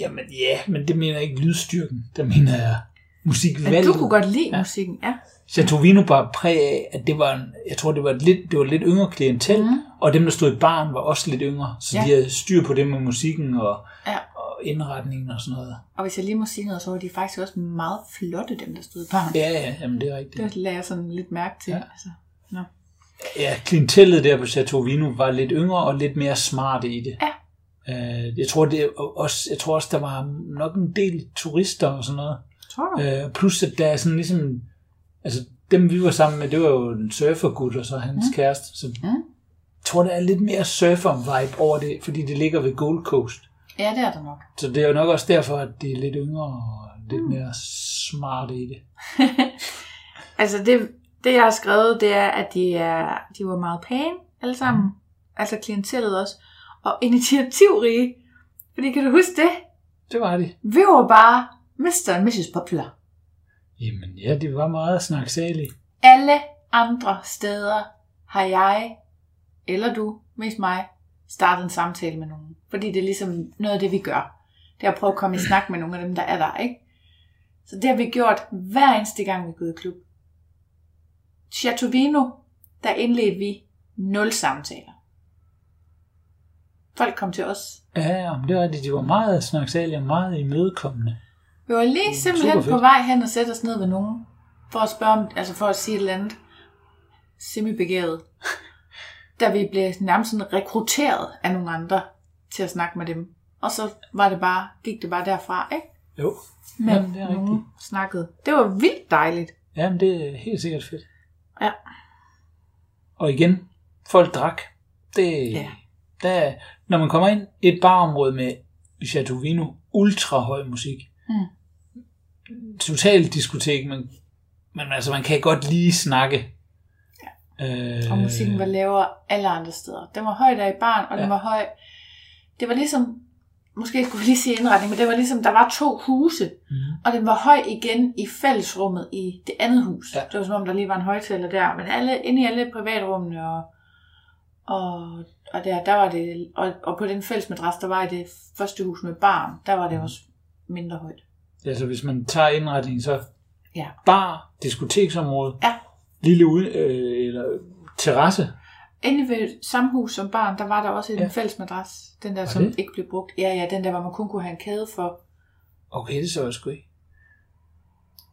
S3: Jamen ja, men det mener jeg ikke lydstyrken. Der mener jeg
S2: Men
S3: musikvalget.
S2: du kunne godt lide ja. musikken, ja.
S3: Chateau Vino bar præg af, at det var, en, jeg tror, det var et lidt, det var et lidt yngre klientel, mm. og dem, der stod i baren, var også lidt yngre, så
S2: Mhm. Ja.
S3: ja. de havde styr på det med musikken og,
S2: ja.
S3: og indretningen og sådan noget.
S2: Og hvis jeg lige må sige noget, så var de faktisk også meget flotte, dem der stod i baren.
S3: Ja, ja, jamen det er rigtigt.
S2: Det lagde jeg sådan lidt mærke til. Ja. Altså. Nå.
S3: Ja, klientellet der på Chateau Vino var lidt yngre og lidt mere smarte i det.
S2: Ja.
S3: Øh, jeg, tror, det er også, jeg tror også, der var nok en del turister og sådan noget.
S2: Tror du?
S3: Øh, plus at der er sådan ligesom, altså dem vi var sammen med, det var jo en surfergud og så hans mm. kæreste, så mm. jeg tror der er lidt mere surfer-vibe over det, fordi det ligger ved Gold Coast.
S2: Ja, det er der nok.
S3: Så det er jo nok også derfor, at det er lidt yngre og lidt mm. mere smart i det.
S2: Altså det, det jeg har skrevet, det er, at de, er, de var meget pæne alle sammen. Mm. Altså klientellet også. Og initiativrige. Fordi kan du huske det?
S3: Det var det.
S2: Vi var bare Mr. og Mrs. Popular.
S3: Jamen ja, det var meget snaksaligt.
S2: Alle andre steder har jeg, eller du, mest mig, startet en samtale med nogen. Fordi det er ligesom noget af det, vi gør. Det er at prøve at komme i snak med nogle af dem, der er der, ikke? Så det har vi gjort hver eneste gang, vi er gået i klub. Chateauvino, der indledte vi nul samtaler. Folk kom til os.
S3: Ja, ja, men det var det. De var meget snaksalige og meget imødekommende.
S2: Vi var lige simpelthen
S3: Mm, superfedt.
S2: på vej hen og sætte os ned ved nogen, for at spørge om, altså for at sige et eller andet semi-begavet. Da vi blev nærmest sådan rekrutteret af nogle andre til at snakke med dem. Og så var det bare, gik det bare derfra, ikke?
S3: Jo.
S2: Men
S3: Jamen, det er
S2: nogen
S3: rigtigt.
S2: snakkede. Det var vildt dejligt.
S3: Jamen, det er helt sikkert fedt.
S2: Ja.
S3: Og igen, folk drak. Det,
S2: Ja.
S3: ja. der, når man kommer ind i et barområde med Chateau Vino, ultra høj musik. Mm. Totalt diskotek, men, men altså, man kan godt lige snakke. Ja. Øh,
S2: Og musikken var lavere alle andre steder. Den var høj der i barn, og den
S3: Ja.
S2: var høj. Det var ligesom, måske skulle vi lige sige indretning, men det var ligesom, der var to huse,
S3: Øh,
S2: mm. og den var høj igen i fællesrummet i det andet hus. Ja.
S3: Ja.
S2: Det var som om, der lige var en højtaler der, men alle, inde i alle privatrummene og, og, og der, der var det, og, og på den fælles madras, der var i det første hus med barn, der var
S3: Mm.
S2: det også mindre højt.
S3: Altså, hvis man tager indretningen, så
S2: Ja.
S3: bar, diskoteksområde,
S2: Ja.
S3: lille ude, øh, eller terrasse.
S2: Inde ved samme hus som barn, der var der også en ja.
S3: Ja.
S2: fælles madras. Den der,
S3: Var
S2: som
S3: det?
S2: ikke blev brugt. Ja, ja, den der, hvor man kun kunne have en kæde for.
S3: Okay, det så jeg sgu ikke.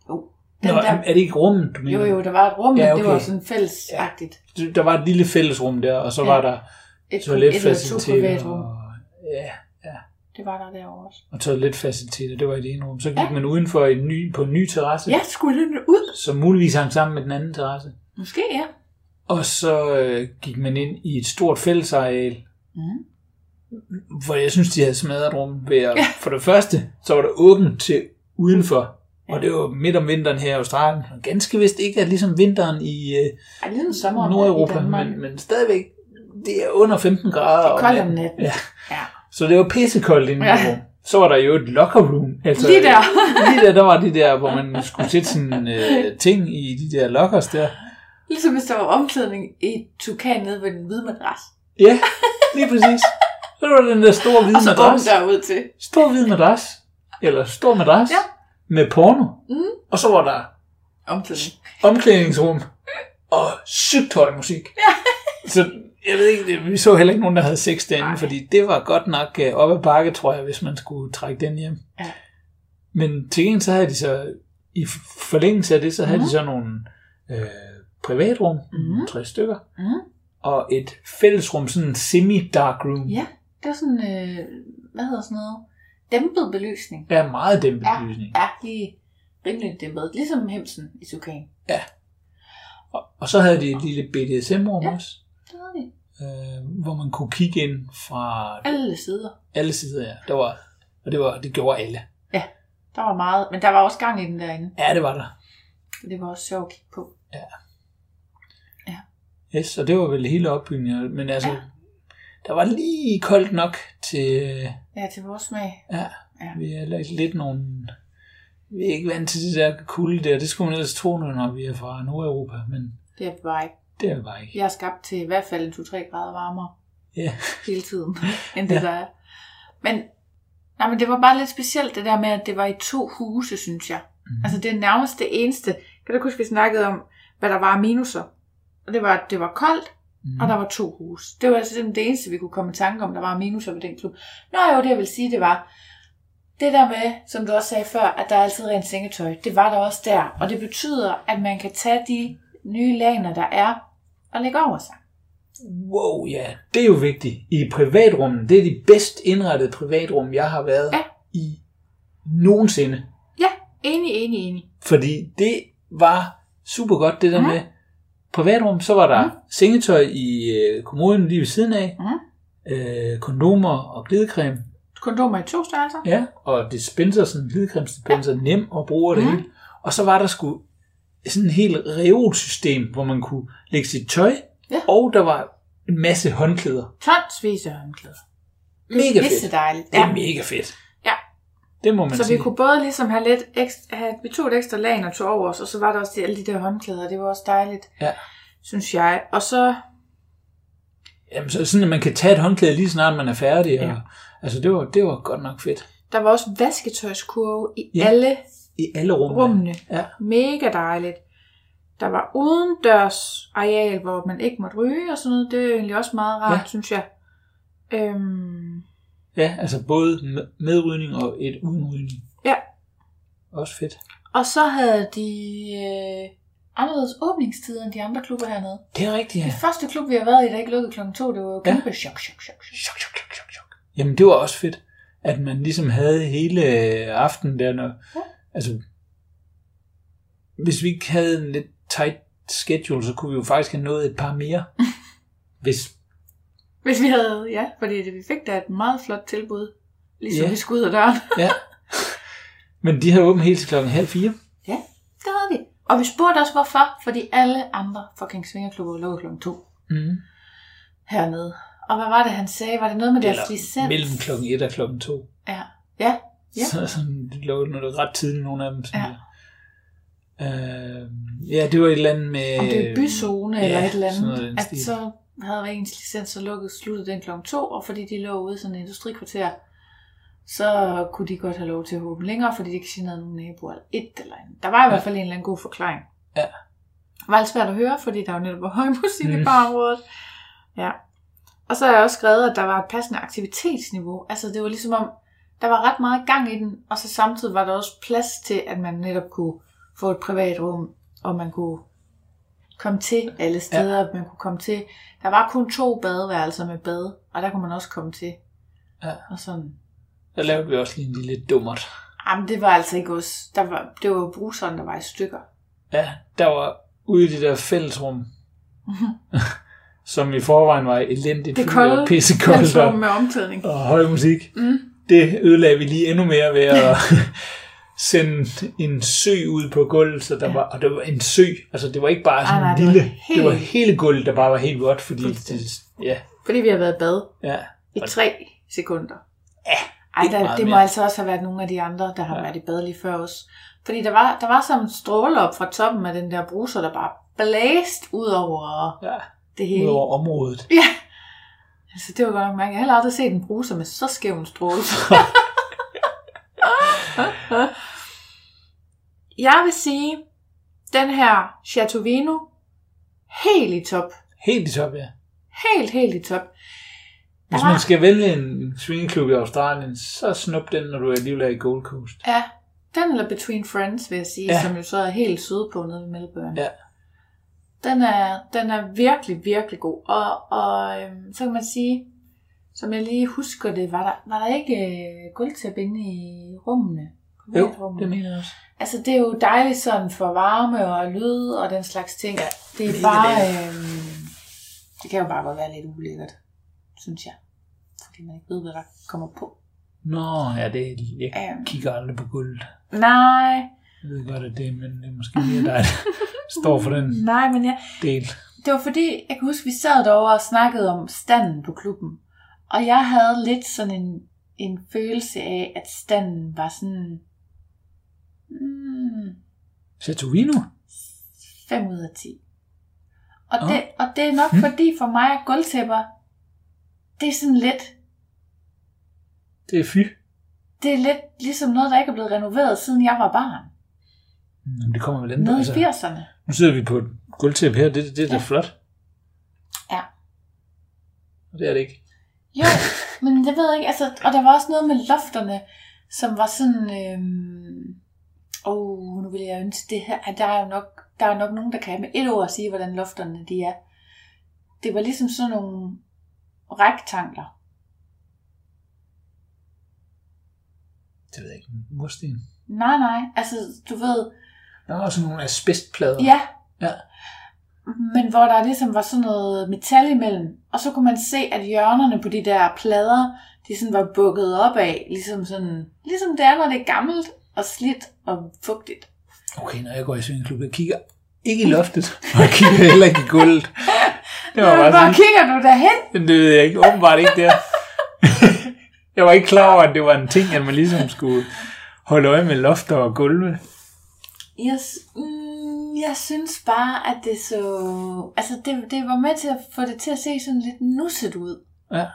S2: Jo, Den
S3: Nå,
S2: der-
S3: er det ikke rummet, du mener?
S2: Jo, jo, der var et rum,
S3: Ja,
S2: ja, okay. det
S3: okay.
S2: var sådan fællesagtigt.
S3: Der var et lille fællesrum der, og så
S2: Ja.
S3: ja. var der
S2: Et, et eller to
S3: toiletfaciliteter.
S2: privatrum.
S3: Og, ja,
S2: Det var der derovre også.
S3: og toiletfaciliteter, det var i det ene rum. Så gik
S2: Ja.
S3: ja. man udenfor i en ny, på en ny terrasse,
S2: Ja, skulle den ud?
S3: som muligvis hang sammen med den anden terrasse.
S2: Måske, ja.
S3: Og så øh, gik man ind i et stort fællesareal,
S2: Mm.
S3: hvor jeg synes, de havde smadret rummet ved at, ja. For det første, så var det åbent til udenfor, og det var midt om vinteren her i Australien. Og ganske vist ikke, at ligesom vinteren i øh,
S2: Ej, ligesom sommeren i
S3: Nordeuropa,
S2: Danmark.
S3: men, men stadigvæk, det er under 15 grader.
S2: det er
S3: om
S2: koldt om
S3: natten.
S2: natten.
S3: Ja.
S2: ja.
S3: Så det var pissekoldt inde i
S2: Ja.
S3: rummet. Så var der jo et locker room. Altså,
S2: Lige der.
S3: lige der, der var de der, hvor man skulle sætte sådan øh, ting i de der lockers der.
S2: Ligesom hvis der var omklædning i et tukan nede ved den hvide madras.
S3: Ja, lige præcis. Så var der den der store hvide
S2: Og så åbent
S3: madras.
S2: derud til.
S3: Stor hvid madras. Eller stor madras.
S2: Ja.
S3: Med porno.
S2: Mm.
S3: Og så var der
S2: Omklædning.
S3: omklædningsrum. Og sygt høj musik. Ja. Så jeg ved ikke, vi så heller ikke nogen, der havde sex derinde,
S2: Nej.
S3: fordi det var godt nok øh, op ad bakke, tror jeg, hvis man skulle trække den hjem.
S2: Ja.
S3: Men til gengæld så havde de så, i forlængelse af det, så havde
S2: Mhm.
S3: de så nogle øh, privatrum,
S2: Mhm.
S3: tre stykker,
S2: Mhm.
S3: og et fællesrum, sådan en semi-dark room.
S2: Ja, det var sådan, øh, hvad hedder sådan noget? Dæmpet belysning.
S3: Ja, meget dæmpet
S2: Ja,
S3: lysning.
S2: ja lige rimelig dæmpet. Ligesom hemsen i tukan.
S3: Og, og så havde de et lille BDSM-rum
S2: Ja.
S3: ja. også,
S2: Det havde vi.
S3: øh, hvor man kunne kigge ind fra
S2: Alle sider.
S3: alle sider. Ja. Der var, og det, var, det gjorde alle.
S2: Der var meget, men der var også gang i den derinde.
S3: Ja, det var der.
S2: Så det var også sjovt at kigge på.
S3: Yes, og det var vel hele opbygningen. Men altså,
S2: Ja.
S3: ja. der var lige koldt nok til... øh,
S2: Ja, til vores smag.
S3: Ja,
S2: Ja.
S3: ja. vi er lidt, lidt nogle... Vi er ikke vant til det der kulde der. Det skulle man ellers tro, når vi er fra Nordeuropa, men
S2: Det er vi bare ikke.
S3: det er vi bare ikke.
S2: Jeg er skabt til i hvert fald en 2-3 grader varmere
S3: Ja.
S2: hele tiden, end det ja.
S3: Ja.
S2: der er. Men, nej, men det var bare lidt specielt det der med, at det var i to huse, synes jeg. Mm.
S3: Mhm.
S2: Altså det er nærmest det eneste. Kan du huske, vi snakkede om, hvad der var af minuser? Og det var, at det var koldt,
S3: Mm.
S2: og der var to huse. Det var altså simpelthen det eneste, vi kunne komme i tanke om, der var af minuser ved den klub. Nå jo, det jeg vil sige, det var, det der med, som du også sagde før, at der er altid rent sengetøj, det var der også der. Og det betyder, at man kan tage de nye laner, der er, og lægge over sig.
S3: Wow, ja, det er jo vigtigt. I privatrummet, det er de bedst indrettede privatrum, jeg har været
S2: Ja.
S3: i nogensinde.
S2: Ja, enig, enig, enig.
S3: Fordi det var super godt, det der
S2: Mhm.
S3: med privatrum. Så var der
S2: Mhm.
S3: sengetøj i øh, kommoden lige ved siden af,
S2: Mhm.
S3: øh, kondomer og glidecreme.
S2: Kondomer i to størrelser.
S3: Ja, og dispenser, sådan en glidecremesdispenser, nem at bruge det
S2: Mhm.
S3: hele. Og så var der sgu sådan en helt reolsystem, hvor man kunne lægge sit tøj,
S2: Ja.
S3: og der var en masse håndklæder.
S2: Tonsvis af håndklæder.
S3: Mega fedt.
S2: Pisse dejligt.
S3: Det er mega fedt.
S2: Ja.
S3: Det må man
S2: Så
S3: sige.
S2: vi kunne både ligesom have lidt ekstra, have, vi tog et ekstra lag, og tog over os, og så var der også de, alle de der håndklæder, det var også dejligt,
S3: Ja.
S2: synes jeg. Og så,
S3: Jamen, så sådan, at man kan tage et håndklæde lige snart man er færdig.
S2: Ja.
S3: Ja. Og, altså, det var, det var godt nok fedt.
S2: der var også vasketøjskurve i ja.
S3: Ja.
S2: alle
S3: I alle rummene.
S2: rummene.
S3: Ja.
S2: Mega dejligt. Der var udendørs areal, hvor man ikke måtte ryge og sådan noget. Det er jo egentlig også meget rart, ja.
S3: Ja.
S2: synes jeg. Øhm,
S3: Ja, altså både med- medrydning og et udenrydning.
S2: Ja.
S3: Også fedt.
S2: og så havde de øh, anderledes åbningstider end de andre klubber hernede.
S3: Det er rigtigt, ja.
S2: Det første klub, vi har været i, der ikke lukkede kl. 2, det var jo
S3: Ja.
S2: kæmpe ja. chok, chok, chok, chok.
S3: Chok, chok, chok, chok, chok. Jamen, det var også fedt, at man ligesom havde hele øh, aftenen der. Når,
S2: Ja.
S3: ja. Altså, hvis vi ikke havde en lidt tight schedule, så kunne vi jo faktisk have nået et par mere. hvis
S2: Hvis vi havde, ja, fordi det, vi fik da et meget flot tilbud, ligesom
S3: Ja.
S2: vi skulle ud af døren.
S3: Ja. Men de havde åbent helt til klokken halv fire.
S2: Ja, det havde vi. Og vi spurgte også hvorfor, fordi alle andre fucking svingerklubber lukkede klokken 2
S3: Mm.
S2: hernede. Og hvad var det, han sagde? Var det noget med
S3: Eller
S2: deres licens?
S3: mellem klokken et og klokken to.
S2: Ja. Ja, Ja.
S3: Ja. Så sådan, de lå noget ret tidligt, nogle af dem. Sådan
S2: Ja.
S3: ja. Øh, ja, det var et eller andet med...
S2: om det er byzone
S3: Øh, ja,
S2: eller et eller
S3: sådan noget i den
S2: andet, at
S3: stil.
S2: så havde vi ens licens, så lukkede sluttede den klokken 2, og fordi de lå ude i sådan et industrikvarter, så kunne de godt have lov til at åbne længere, fordi de ikke generede nogen naboer eller et eller andet. Der var i hvert fald en eller anden god forklaring.
S3: Ja.
S2: Det var lidt svært at høre, fordi der jo netop var høj musik mm. i
S3: Mm.
S2: barområdet. Ja. Og så har jeg også skrevet, at der var et passende aktivitetsniveau. Altså det var ligesom om, der var ret meget gang i den, og så samtidig var der også plads til, at man netop kunne få et privat rum, og man kunne komme til alle steder, ja. man kunne komme til. Der var kun to badeværelser med bad, og der kunne man også komme til.
S3: Ja.
S2: Og sådan.
S3: Der lavede vi også lige en lille dummert.
S2: Jamen, det var altså ikke os. Der var, det var bruseren, der var i stykker.
S3: Ja, der var ude i det der fællesrum, som i forvejen var elendigt,
S2: Mhm. Det
S3: fordi var
S2: kolde
S3: pissekoldt
S2: fællesrum
S3: og,
S2: med omklædning.
S3: og høj musik.
S2: Mm.
S3: Det ødelagde vi lige endnu mere ved at sende en sø ud på gulvet, så der var, og det var en sø, altså det var ikke bare sådan
S2: nej,
S3: en
S2: det var
S3: lille,
S2: helt-
S3: det var hele gulvet, der bare var helt vådt, fordi
S2: Fuldstændig.
S3: det, ja,
S2: Fordi vi har været i bad
S3: ja,
S2: i tre sekunder.
S3: Ja,
S2: Ej,
S3: ikke
S2: der,
S3: meget
S2: det må
S3: mere.
S2: altså også have været nogle af de andre, der har ja. været i bad lige før os. Fordi der var, der var sådan en stråle op fra toppen af den der bruser, der bare blæste ud over
S3: ja,
S2: det hele.
S3: ud over området.
S2: Ja. Altså, det var godt nok mærkeligt. Jeg har heller aldrig set en bruser med så skæv en stråle. jeg vil sige, den her Chateau Vino, helt i top.
S3: Helt i top, ja.
S2: Helt, helt i top.
S3: Hvis
S2: var-
S3: man skal vælge en swingeklub i Australien, så snup den, når du alligevel er i Gold Coast.
S2: Ja, den eller Between Friends, vil jeg sige, ja.
S3: Ja.
S2: som jo så er helt søde på nede ved Melbourne.
S3: Ja.
S2: Den er, den er virkelig, virkelig god. Og, og øhm, så kan man sige, som jeg lige husker det, var der, var der ikke øh, gulvtæppe inde i rummene?
S3: Jo,
S2: Privatrummene?
S3: det mener jeg også.
S2: Altså, det er jo dejligt sådan for varme og lyd og den slags ting. Ja, det er bare... Øhm, det kan jo bare godt være lidt ulækkert, synes jeg. Fordi man ikke ved, hvad der kommer på.
S3: Nå, ja, det er, jeg
S2: Øhm,
S3: kigger aldrig på gulvet.
S2: nej,
S3: Jeg ved godt, at det er, men det er måske mere dig, der står for den
S2: nej, men jeg,
S3: del.
S2: Det var fordi, jeg kan huske, vi sad derovre og snakkede om standen på klubben. Og jeg havde lidt sådan en, en følelse af, at standen var sådan... Mm,
S3: Chateauvino?
S2: 5 ud af 10. Og,
S3: Nå.
S2: det, og det er nok
S3: Mm.
S2: fordi for mig, at gulvtæpper, det er sådan lidt...
S3: Det er fy.
S2: Det er lidt ligesom noget, der ikke er blevet renoveret, siden jeg var barn.
S3: Jamen, det kommer vel an på.
S2: Nede i
S3: Altså,
S2: 80'erne.
S3: nu sidder vi på et gulvtæppe her. Det, det er da
S2: Ja.
S3: flot.
S2: Ja.
S3: Og det er det ikke.
S2: Jo, men det ved jeg ikke. Altså, og der var også noget med lofterne, som var sådan... Øhm, oh, nu vil jeg ønske det her. Ej, Der er jo nok, der er nok nogen, der kan med et ord sige, hvordan lofterne de er. Det var ligesom sådan nogle rektangler.
S3: Det ved jeg ikke. Mursten.
S2: Nej, nej. Altså, du ved...
S3: Der er også nogle asbestplader.
S2: Ja.
S3: Ja.
S2: Men hvor der ligesom var sådan noget metal imellem. Og så kunne man se, at hjørnerne på de der plader, de sådan var bukket op af. Ligesom, sådan, ligesom det er, når det er gammelt og slidt og fugtigt.
S3: Okay, når jeg går i svingklub, jeg kigger ikke i loftet, og jeg kigger heller ikke i gulvet. Det var
S2: Jamen,
S3: bare
S2: hvor
S3: sådan,
S2: kigger du derhen?
S3: men det ved jeg ikke, åbenbart ikke der. jeg var ikke klar over, at det var en ting, at man ligesom skulle holde øje med lofter og gulve.
S2: Jeg, s- mm, jeg synes bare, at det så... Altså, det, det var med til at få det til at se sådan lidt nusset ud.
S3: Ja.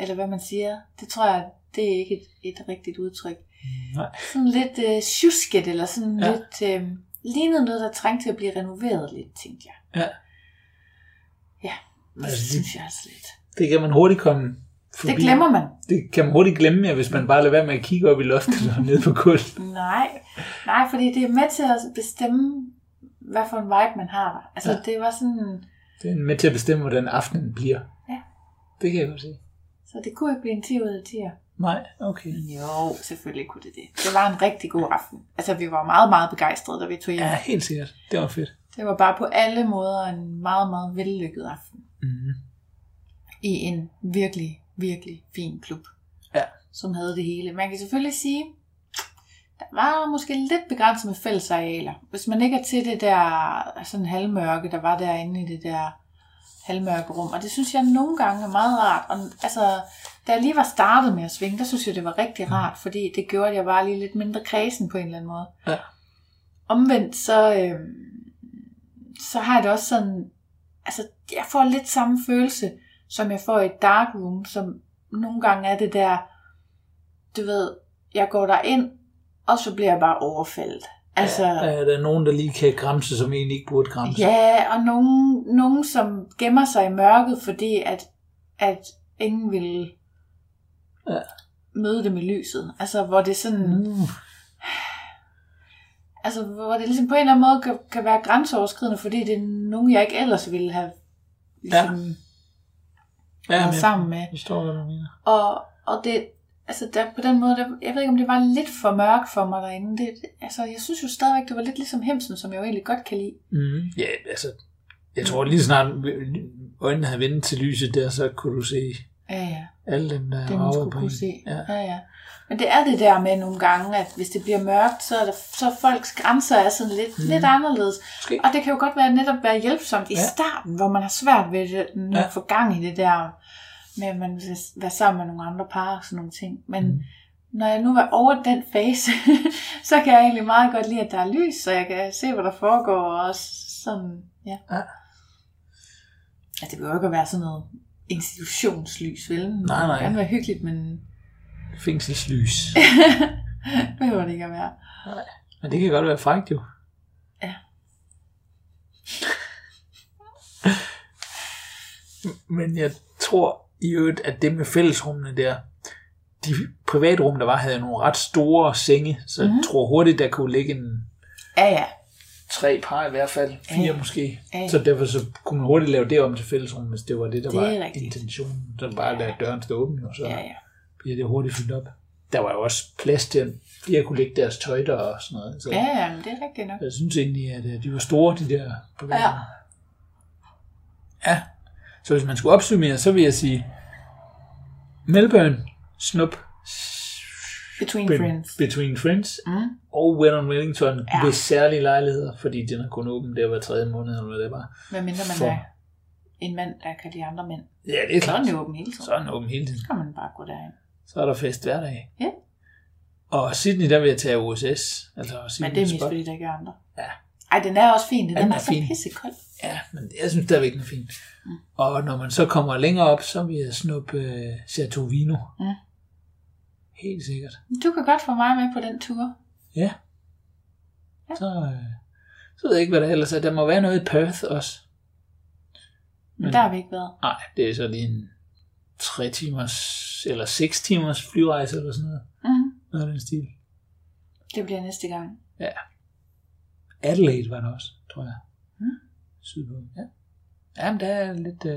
S2: Eller hvad man siger. Det tror jeg, det er ikke et, et rigtigt udtryk.
S3: Nej.
S2: Sådan lidt øh, sjusket, eller sådan ja.
S3: Ja.
S2: lidt... Øh, lignede noget, der trængte til at blive renoveret lidt, tænkte jeg.
S3: Ja.
S2: Ja, det
S3: Altså,
S2: altså,
S3: det-
S2: synes jeg altså lidt.
S3: Det kan man hurtigt komme forbi.
S2: Det glemmer man.
S3: det kan man hurtigt glemme, ja, hvis man bare lader være med at kigge op i loftet og ned på gulvet.
S2: Nej, nej, fordi det er med til at bestemme, hvad for en vibe man har der. Altså, ja.
S3: Ja.
S2: det var sådan...
S3: Det er med til at bestemme, hvordan aftenen bliver.
S2: Ja.
S3: Det kan jeg godt se.
S2: Så det kunne ikke blive en 10 ud af 10.
S3: Nej, okay.
S2: Jo, selvfølgelig kunne det det. Det var en rigtig god aften. Altså, vi var meget, meget begejstrede, da vi tog hjem.
S3: Ja,
S2: Ja.
S3: helt sikkert. Det var fedt.
S2: Det var bare på alle måder en meget, meget vellykket aften.
S3: Mm.
S2: I en virkelig, virkelig fin klub.
S3: Ja.
S2: Som havde det hele. Man kan selvfølgelig sige, der var måske lidt begrænset med fællesarealer. Hvis man ikke er til det der sådan halvmørke, der var derinde i det der halvmørke rum. Og det synes jeg nogle gange er meget rart. Og, altså, da jeg lige var startet med at svinge, der synes jeg, det var rigtig rart, fordi det gjorde, at jeg var lige lidt mindre kredsen på en eller anden måde.
S3: Ja.
S2: Omvendt, så, øh, så har jeg det også sådan, altså, jeg får lidt samme følelse, som jeg får i et dark room, som nogle gange er det der, du ved, jeg går der ind, og så bliver jeg bare overfaldet. Altså,
S3: Er der nogen, der lige kan græmse, som egentlig ikke burde græmse?
S2: Ja, og nogen, nogen som gemmer sig i mørket, fordi at, at ingen ville
S3: Ja. Mhm. Uh.
S2: møde dem i lyset. Altså, hvor det er sådan... Mm.
S3: Mm.
S2: altså, hvor det ligesom på en eller anden måde kan, kan være grænseoverskridende, fordi det er nogen, jeg ikke ellers ville have ligesom, ja.
S3: Ja,
S2: været
S3: men
S2: sammen med.
S3: jeg forstår, hvad du mener.
S2: Og, og det, altså der, på den måde, der, jeg ved ikke, om det var lidt for mørkt for mig derinde. Det, det- altså, jeg synes jo stadigvæk, det var lidt ligesom Hemsen, som jeg jo egentlig godt kan lide.
S3: Mm. Ja, altså, jeg tror lige snart øjnene havde vendt til lyset der, så kunne du se
S2: Ja, ja,
S3: alle dem, der
S2: det
S3: var
S2: man
S3: over
S2: skulle
S3: på
S2: kunne
S3: en.
S2: se.
S3: øh, Ja.
S2: Ja, ja. Men det er det der med nogle gange, at hvis det bliver mørkt, så er, der, så er folks grænser er sådan lidt, mm. lidt anderledes.
S3: Mhm. Måske.
S2: Og det kan jo godt være netop være hjælpsomt i
S3: Ja.
S2: ja. starten, hvor man har svært ved det, når
S3: Ja.
S2: ja. få gang i det der med, at man vil være sammen med nogle andre par og sådan nogle ting. Men
S3: Mm.
S2: mm. når jeg nu er over den fase, så kan jeg egentlig meget godt lide, at der er lys, så jeg kan se, hvad der foregår og sådan, ja.
S3: Ja.
S2: Altså, det behøver jo ikke at være sådan noget institutionslys, vel?
S3: Nej, nej.
S2: Det kan gerne være hyggeligt, men
S3: Fængselslys.
S2: det behøver det ikke at være.
S3: Men det kan godt være frækt jo.
S2: Ja.
S3: Men jeg tror i øvrigt, at det med fællesrummene der, de privatrum, der var, havde nogle ret store senge, så
S2: Mhm.
S3: mm-hmm. jeg tror hurtigt, der kunne ligge en
S2: Ja, ja.
S3: tre par i hvert fald, fire
S2: Ja.
S3: måske.
S2: Ja.
S3: Så derfor så kunne man hurtigt lave det om til fællesrum, hvis det var det, der
S2: Det er
S3: var
S2: rigtigt.
S3: intentionen. Så bare lade døren stå åben, jo, så
S2: Ja, ja.
S3: bliver det hurtigt fyldt op. Der var jo også plads til, at flere kunne lægge deres tøjter og sådan noget. Så
S2: Ja, ja, men det er rigtigt nok.
S3: jeg synes egentlig, at øh, de var store, de der bevægelser.
S2: Ja.
S3: ja. Så hvis man skulle opsummere, så vil jeg sige, Melbourne, Snup,
S2: Between
S3: Be-
S2: friends.
S3: Between Friends
S2: Mm.
S3: og When on Wellington ja.
S2: Ja.
S3: ved særlige lejligheder, fordi den er kun åben der hver tredje måned, eller hvad det var.
S2: Hvad mindre man
S3: For-
S2: er en mand, der kan lide andre mænd.
S3: Ja, det er
S2: Så er
S3: klart.
S2: den jo åben hele tiden.
S3: Så er den åben hele tiden.
S2: Så kan man bare gå derind.
S3: Så er der fest hver dag.
S2: Ja.
S3: Og Sydney, der vil jeg tage OSS. Altså Sydney
S2: Men det er mest
S3: Spot.
S2: fordi, der ikke er andre.
S3: Ja.
S2: Ej, den er også fin. Den,
S3: Den
S2: den
S3: er
S2: er, så
S3: fin.
S2: pissekold.
S3: Ja, men jeg synes stadigvæk, den er fin. Mm. Og når man så kommer længere op, så vil jeg snuppe øh, Chateau Vino.
S2: Ja.
S3: Helt sikkert.
S2: Du kan godt få mig med på den tur.
S3: Ja.
S2: Ja.
S3: Så, øh, så ved jeg ikke, hvad der ellers er. Der må være noget i Perth også.
S2: Men der har vi ikke været.
S3: Nej, det er så lige en 3 timers eller 6 timers flyrejse eller sådan noget.
S2: Mm.
S3: Noget af den stil.
S2: Det bliver næste gang.
S3: Adelaide var der også, tror jeg.
S2: Mm.
S3: Sydpå. Ja. Jamen, der er lidt... Øh,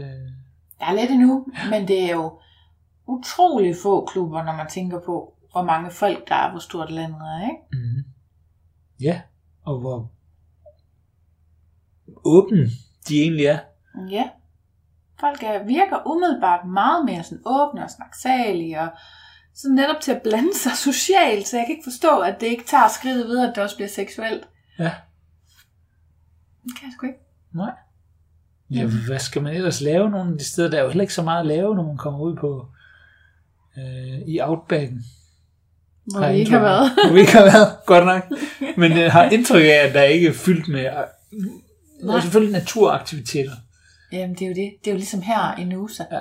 S2: Der er lidt endnu, men det er jo utrolig få klubber, når man tænker på, hvor mange folk der er, hvor stort landet er, ikke?
S3: Mm. Ja, og hvor åben de egentlig er.
S2: Ja. Folk er, virker umiddelbart meget mere sådan åbne og snaksalige og sådan netop til at blande sig socialt, så jeg kan ikke forstå, at det ikke tager skridtet videre, at det også bliver seksuelt.
S3: Ja.
S2: Det kan jeg sgu ikke.
S3: Nej. Ja, hvad skal man ellers lave nogle af de steder? Der er jo heller ikke så meget at lave, når man kommer ud på øh, i Outbacken.
S2: Hvor vi ikke har
S3: indtryk af-
S2: været.
S3: Hvor vi ikke har været, godt nok. Men jeg har indtryk af, at der ikke er fyldt med... Der er
S2: Nej.
S3: selvfølgelig naturaktiviteter.
S2: Jamen, det er jo det. Det er jo ligesom her i Nusa.
S3: Ja.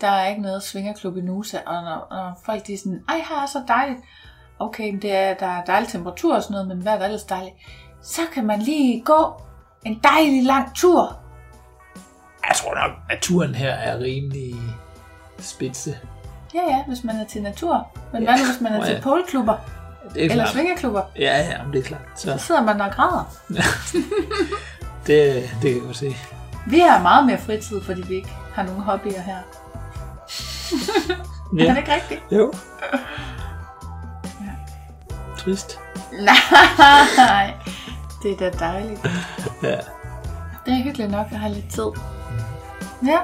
S2: Der er ikke noget svingerklub i Nusa, og når, når folk de er sådan, ej, her er så dejligt. Okay, men det er, der er dejlig temperatur og sådan noget, men hvad er der ellers dejligt? Så kan man lige gå en dejlig lang tur.
S3: Jeg tror nok, naturen her er rimelig spidse.
S2: Ja, ja, hvis man er til natur. Men hvad nu, hvis man er
S3: Nå, ja.
S2: til polklubber
S3: Det er
S2: eller
S3: klart.
S2: svingerklubber?
S3: Ja, ja, men det er klart.
S2: Så
S3: Så
S2: sidder man og græder.
S3: det, det kan jeg godt se.
S2: Vi har meget mere fritid, fordi vi ikke har nogen hobbyer her. Ja. Er det ikke rigtigt?
S3: Jo. Trist.
S2: Nej, det er da dejligt.
S3: Ja.
S2: Det er hyggeligt nok at have lidt tid.
S3: Mhm.
S2: Ja.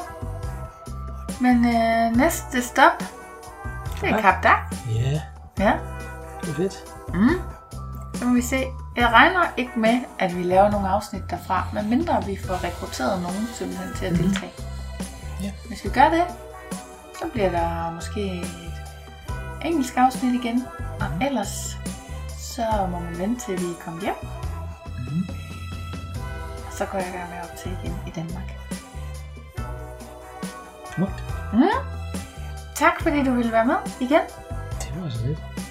S2: Men øh, næste stop, det er
S3: Ja.
S2: Kap Dak.
S3: Ja,
S2: Ja,
S3: det er fedt.
S2: så må vi se. Jeg regner ikke med, at vi laver nogle afsnit derfra, medmindre vi får rekrutteret nogen simpelthen til at deltage.
S3: Mhm. Ja.
S2: Hvis vi gør det, så bliver der måske et engelsk afsnit igen. Og
S3: Mhm.
S2: ellers, så må man vente til vi kommer hjem.
S3: Mhm.
S2: Og så går jeg i gang med at optage igen i Danmark.
S3: Smukt.
S2: Tak fordi du ville være med igen.
S3: Det var så lidt.